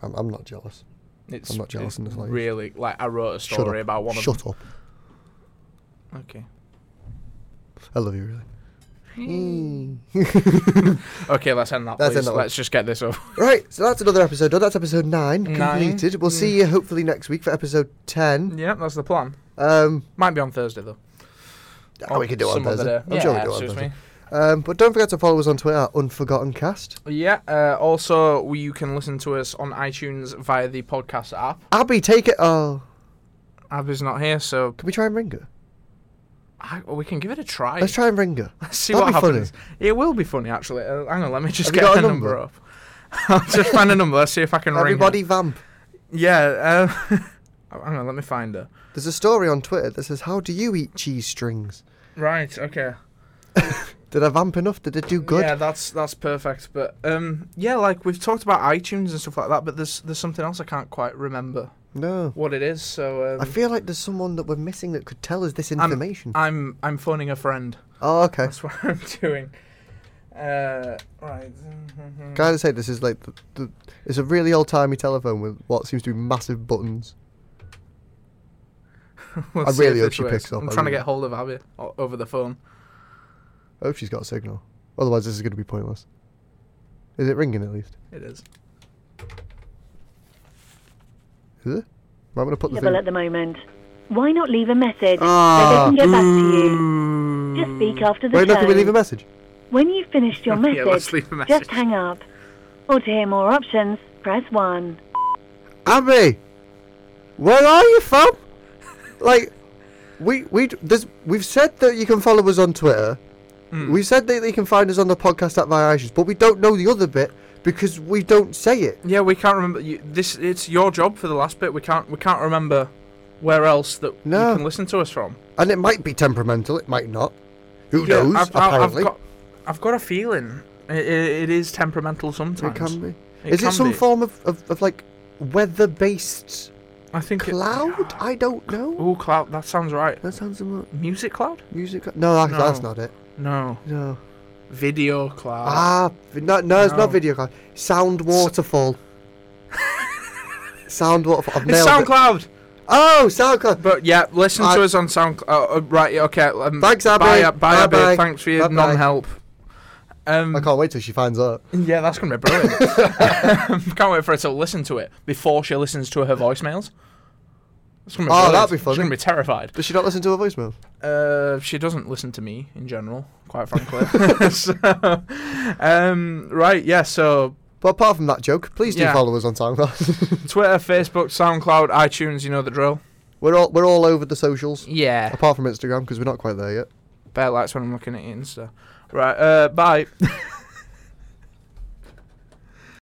[SPEAKER 1] the. I'm, I'm not jealous.
[SPEAKER 2] It's,
[SPEAKER 1] I'm not jealous
[SPEAKER 2] it's
[SPEAKER 1] in the slightest.
[SPEAKER 2] really like I wrote a
[SPEAKER 1] Shut up.
[SPEAKER 2] story about one of
[SPEAKER 1] Shut up.
[SPEAKER 2] them. Okay.
[SPEAKER 1] I love you, really.
[SPEAKER 2] Okay, let's end that.
[SPEAKER 1] Let's end that
[SPEAKER 2] please.
[SPEAKER 1] one.
[SPEAKER 2] let's just get this over.
[SPEAKER 1] right. So that's another episode done. That's episode nine,
[SPEAKER 2] Nine. Mm.
[SPEAKER 1] completed. We'll see you hopefully next week for episode ten.
[SPEAKER 2] yeah, that's the plan.
[SPEAKER 1] Um,
[SPEAKER 2] Might be on Thursday though.
[SPEAKER 1] oh, we could do it on
[SPEAKER 2] Some other
[SPEAKER 1] Thursday.
[SPEAKER 2] day.
[SPEAKER 1] I'm
[SPEAKER 2] yeah,
[SPEAKER 1] sure we do it on
[SPEAKER 2] suits
[SPEAKER 1] Thursday. Um, but don't forget to follow us on Twitter, at UnforgottenCast.
[SPEAKER 2] me. Yeah. Uh, also, we, you can listen to us on iTunes via the podcast app.
[SPEAKER 1] Abby, take it. Oh,
[SPEAKER 2] Abby's not here, so
[SPEAKER 1] can we try and ring her?
[SPEAKER 2] I, well, we can give it a try.
[SPEAKER 1] Let's try and ring her.
[SPEAKER 2] Let's see
[SPEAKER 1] That'd
[SPEAKER 2] what
[SPEAKER 1] be funny.
[SPEAKER 2] happens. It will be funny, actually. Uh, hang on, let me just
[SPEAKER 1] Have you
[SPEAKER 2] get
[SPEAKER 1] got
[SPEAKER 2] her
[SPEAKER 1] a
[SPEAKER 2] number,
[SPEAKER 1] number?
[SPEAKER 2] up. I'll just find a number. Let's see if I can
[SPEAKER 1] Everybody
[SPEAKER 2] ring
[SPEAKER 1] vamp.
[SPEAKER 2] her. Yeah. Uh, hang on, let me find her.
[SPEAKER 1] There's a story on Twitter that says, "How do you eat cheese strings?"
[SPEAKER 2] Right. Okay.
[SPEAKER 1] Did I vamp enough? Did it do good?
[SPEAKER 2] Yeah, that's that's perfect. But um, yeah, like we've talked about iTunes and stuff like that, but there's there's something else I can't quite remember
[SPEAKER 1] No.
[SPEAKER 2] what it is. So um,
[SPEAKER 1] I feel like there's someone that we're missing that could tell us this information.
[SPEAKER 2] I'm I'm phoning a friend.
[SPEAKER 1] oh, okay.
[SPEAKER 2] That's what I'm doing. Uh, right.
[SPEAKER 1] Can I just say this is like the, the, it's a really old timey telephone with what seems to be massive buttons.
[SPEAKER 2] We'll
[SPEAKER 1] I
[SPEAKER 2] see
[SPEAKER 1] really
[SPEAKER 2] if
[SPEAKER 1] hope
[SPEAKER 2] this
[SPEAKER 1] she
[SPEAKER 2] works.
[SPEAKER 1] picks up,
[SPEAKER 2] I'm
[SPEAKER 1] I
[SPEAKER 2] trying to
[SPEAKER 1] really-
[SPEAKER 2] get hold of Abby o- over the phone.
[SPEAKER 1] I hope she's got a signal. Otherwise, this is going to be pointless. Is it ringing at least?
[SPEAKER 2] It is.
[SPEAKER 1] Is it? Am I going to put the
[SPEAKER 3] available at
[SPEAKER 1] thing?
[SPEAKER 3] the moment. Why not leave a message
[SPEAKER 1] Ah.
[SPEAKER 3] so they can get back to you? Just speak after the
[SPEAKER 1] Wait, no,
[SPEAKER 3] tone.
[SPEAKER 1] can we leave a message?
[SPEAKER 3] When you've finished your message,
[SPEAKER 2] Yeah, let's leave a message.
[SPEAKER 3] just hang up. Or to hear more options, press 1.
[SPEAKER 1] Abby, where are you from? like, we we d- there's, we've said that you can follow us on Twitter.
[SPEAKER 2] Hmm.
[SPEAKER 1] We said that you can find us on the podcast at Variations, but we don't know the other bit because we don't say it.
[SPEAKER 2] Yeah, we can't remember. You, this it's your job for the last bit. We can't we can't remember where else that
[SPEAKER 1] No.
[SPEAKER 2] you can listen to us from.
[SPEAKER 1] And it might be temperamental, it might not. Who
[SPEAKER 2] Yeah,
[SPEAKER 1] knows?
[SPEAKER 2] I've, I've-
[SPEAKER 1] apparently,
[SPEAKER 2] I've got, I've got a feeling it, it, it is temperamental sometimes.
[SPEAKER 1] it can be.
[SPEAKER 2] It
[SPEAKER 1] Is
[SPEAKER 2] can
[SPEAKER 1] it some
[SPEAKER 2] be.
[SPEAKER 1] form of, of, of like weather-based
[SPEAKER 2] I think it-
[SPEAKER 1] cloud? I don't know.
[SPEAKER 2] Ooh, cloud. That sounds right.
[SPEAKER 1] That sounds about
[SPEAKER 2] Music cloud?
[SPEAKER 1] music. No, that,
[SPEAKER 2] No.
[SPEAKER 1] that's not it.
[SPEAKER 2] No.
[SPEAKER 1] No.
[SPEAKER 2] Video cloud.
[SPEAKER 1] Ah, vi- no, no, it's
[SPEAKER 2] No.
[SPEAKER 1] not video card. Sound waterfall. sound waterfall. I've
[SPEAKER 2] it's
[SPEAKER 1] nailed it.
[SPEAKER 2] SoundCloud.
[SPEAKER 1] Oh, SoundCloud.
[SPEAKER 2] But yeah, listen
[SPEAKER 1] I-
[SPEAKER 2] to us on SoundCloud. Uh, uh, right. yeah, Okay. Um,
[SPEAKER 1] Thanks, Abby.
[SPEAKER 2] Bye, uh, bye, Abby.
[SPEAKER 1] Bye-bye.
[SPEAKER 2] Thanks for your
[SPEAKER 1] Bye-bye.
[SPEAKER 2] non-help. Um,
[SPEAKER 1] I can't wait till she finds out.
[SPEAKER 2] yeah, that's gonna be brilliant. can't wait for her to listen to it before she listens to her voicemails. It's gonna be
[SPEAKER 1] Oh,
[SPEAKER 2] brilliant.
[SPEAKER 1] that'd be
[SPEAKER 2] She's
[SPEAKER 1] funny.
[SPEAKER 2] gonna be terrified.
[SPEAKER 1] Does she not listen to her voicemail?
[SPEAKER 2] Uh, she doesn't listen to me in general, quite frankly. so, um, right, yeah. So
[SPEAKER 1] But apart from that joke, please do
[SPEAKER 2] Yeah.
[SPEAKER 1] follow us on SoundCloud.
[SPEAKER 2] Twitter, Facebook, SoundCloud, iTunes. You know the drill.
[SPEAKER 1] we're all we're all over the socials,
[SPEAKER 2] Yeah.
[SPEAKER 1] apart from Instagram because we're not quite there yet.
[SPEAKER 2] Bear lights when I'm looking at Insta. Right. Uh, bye.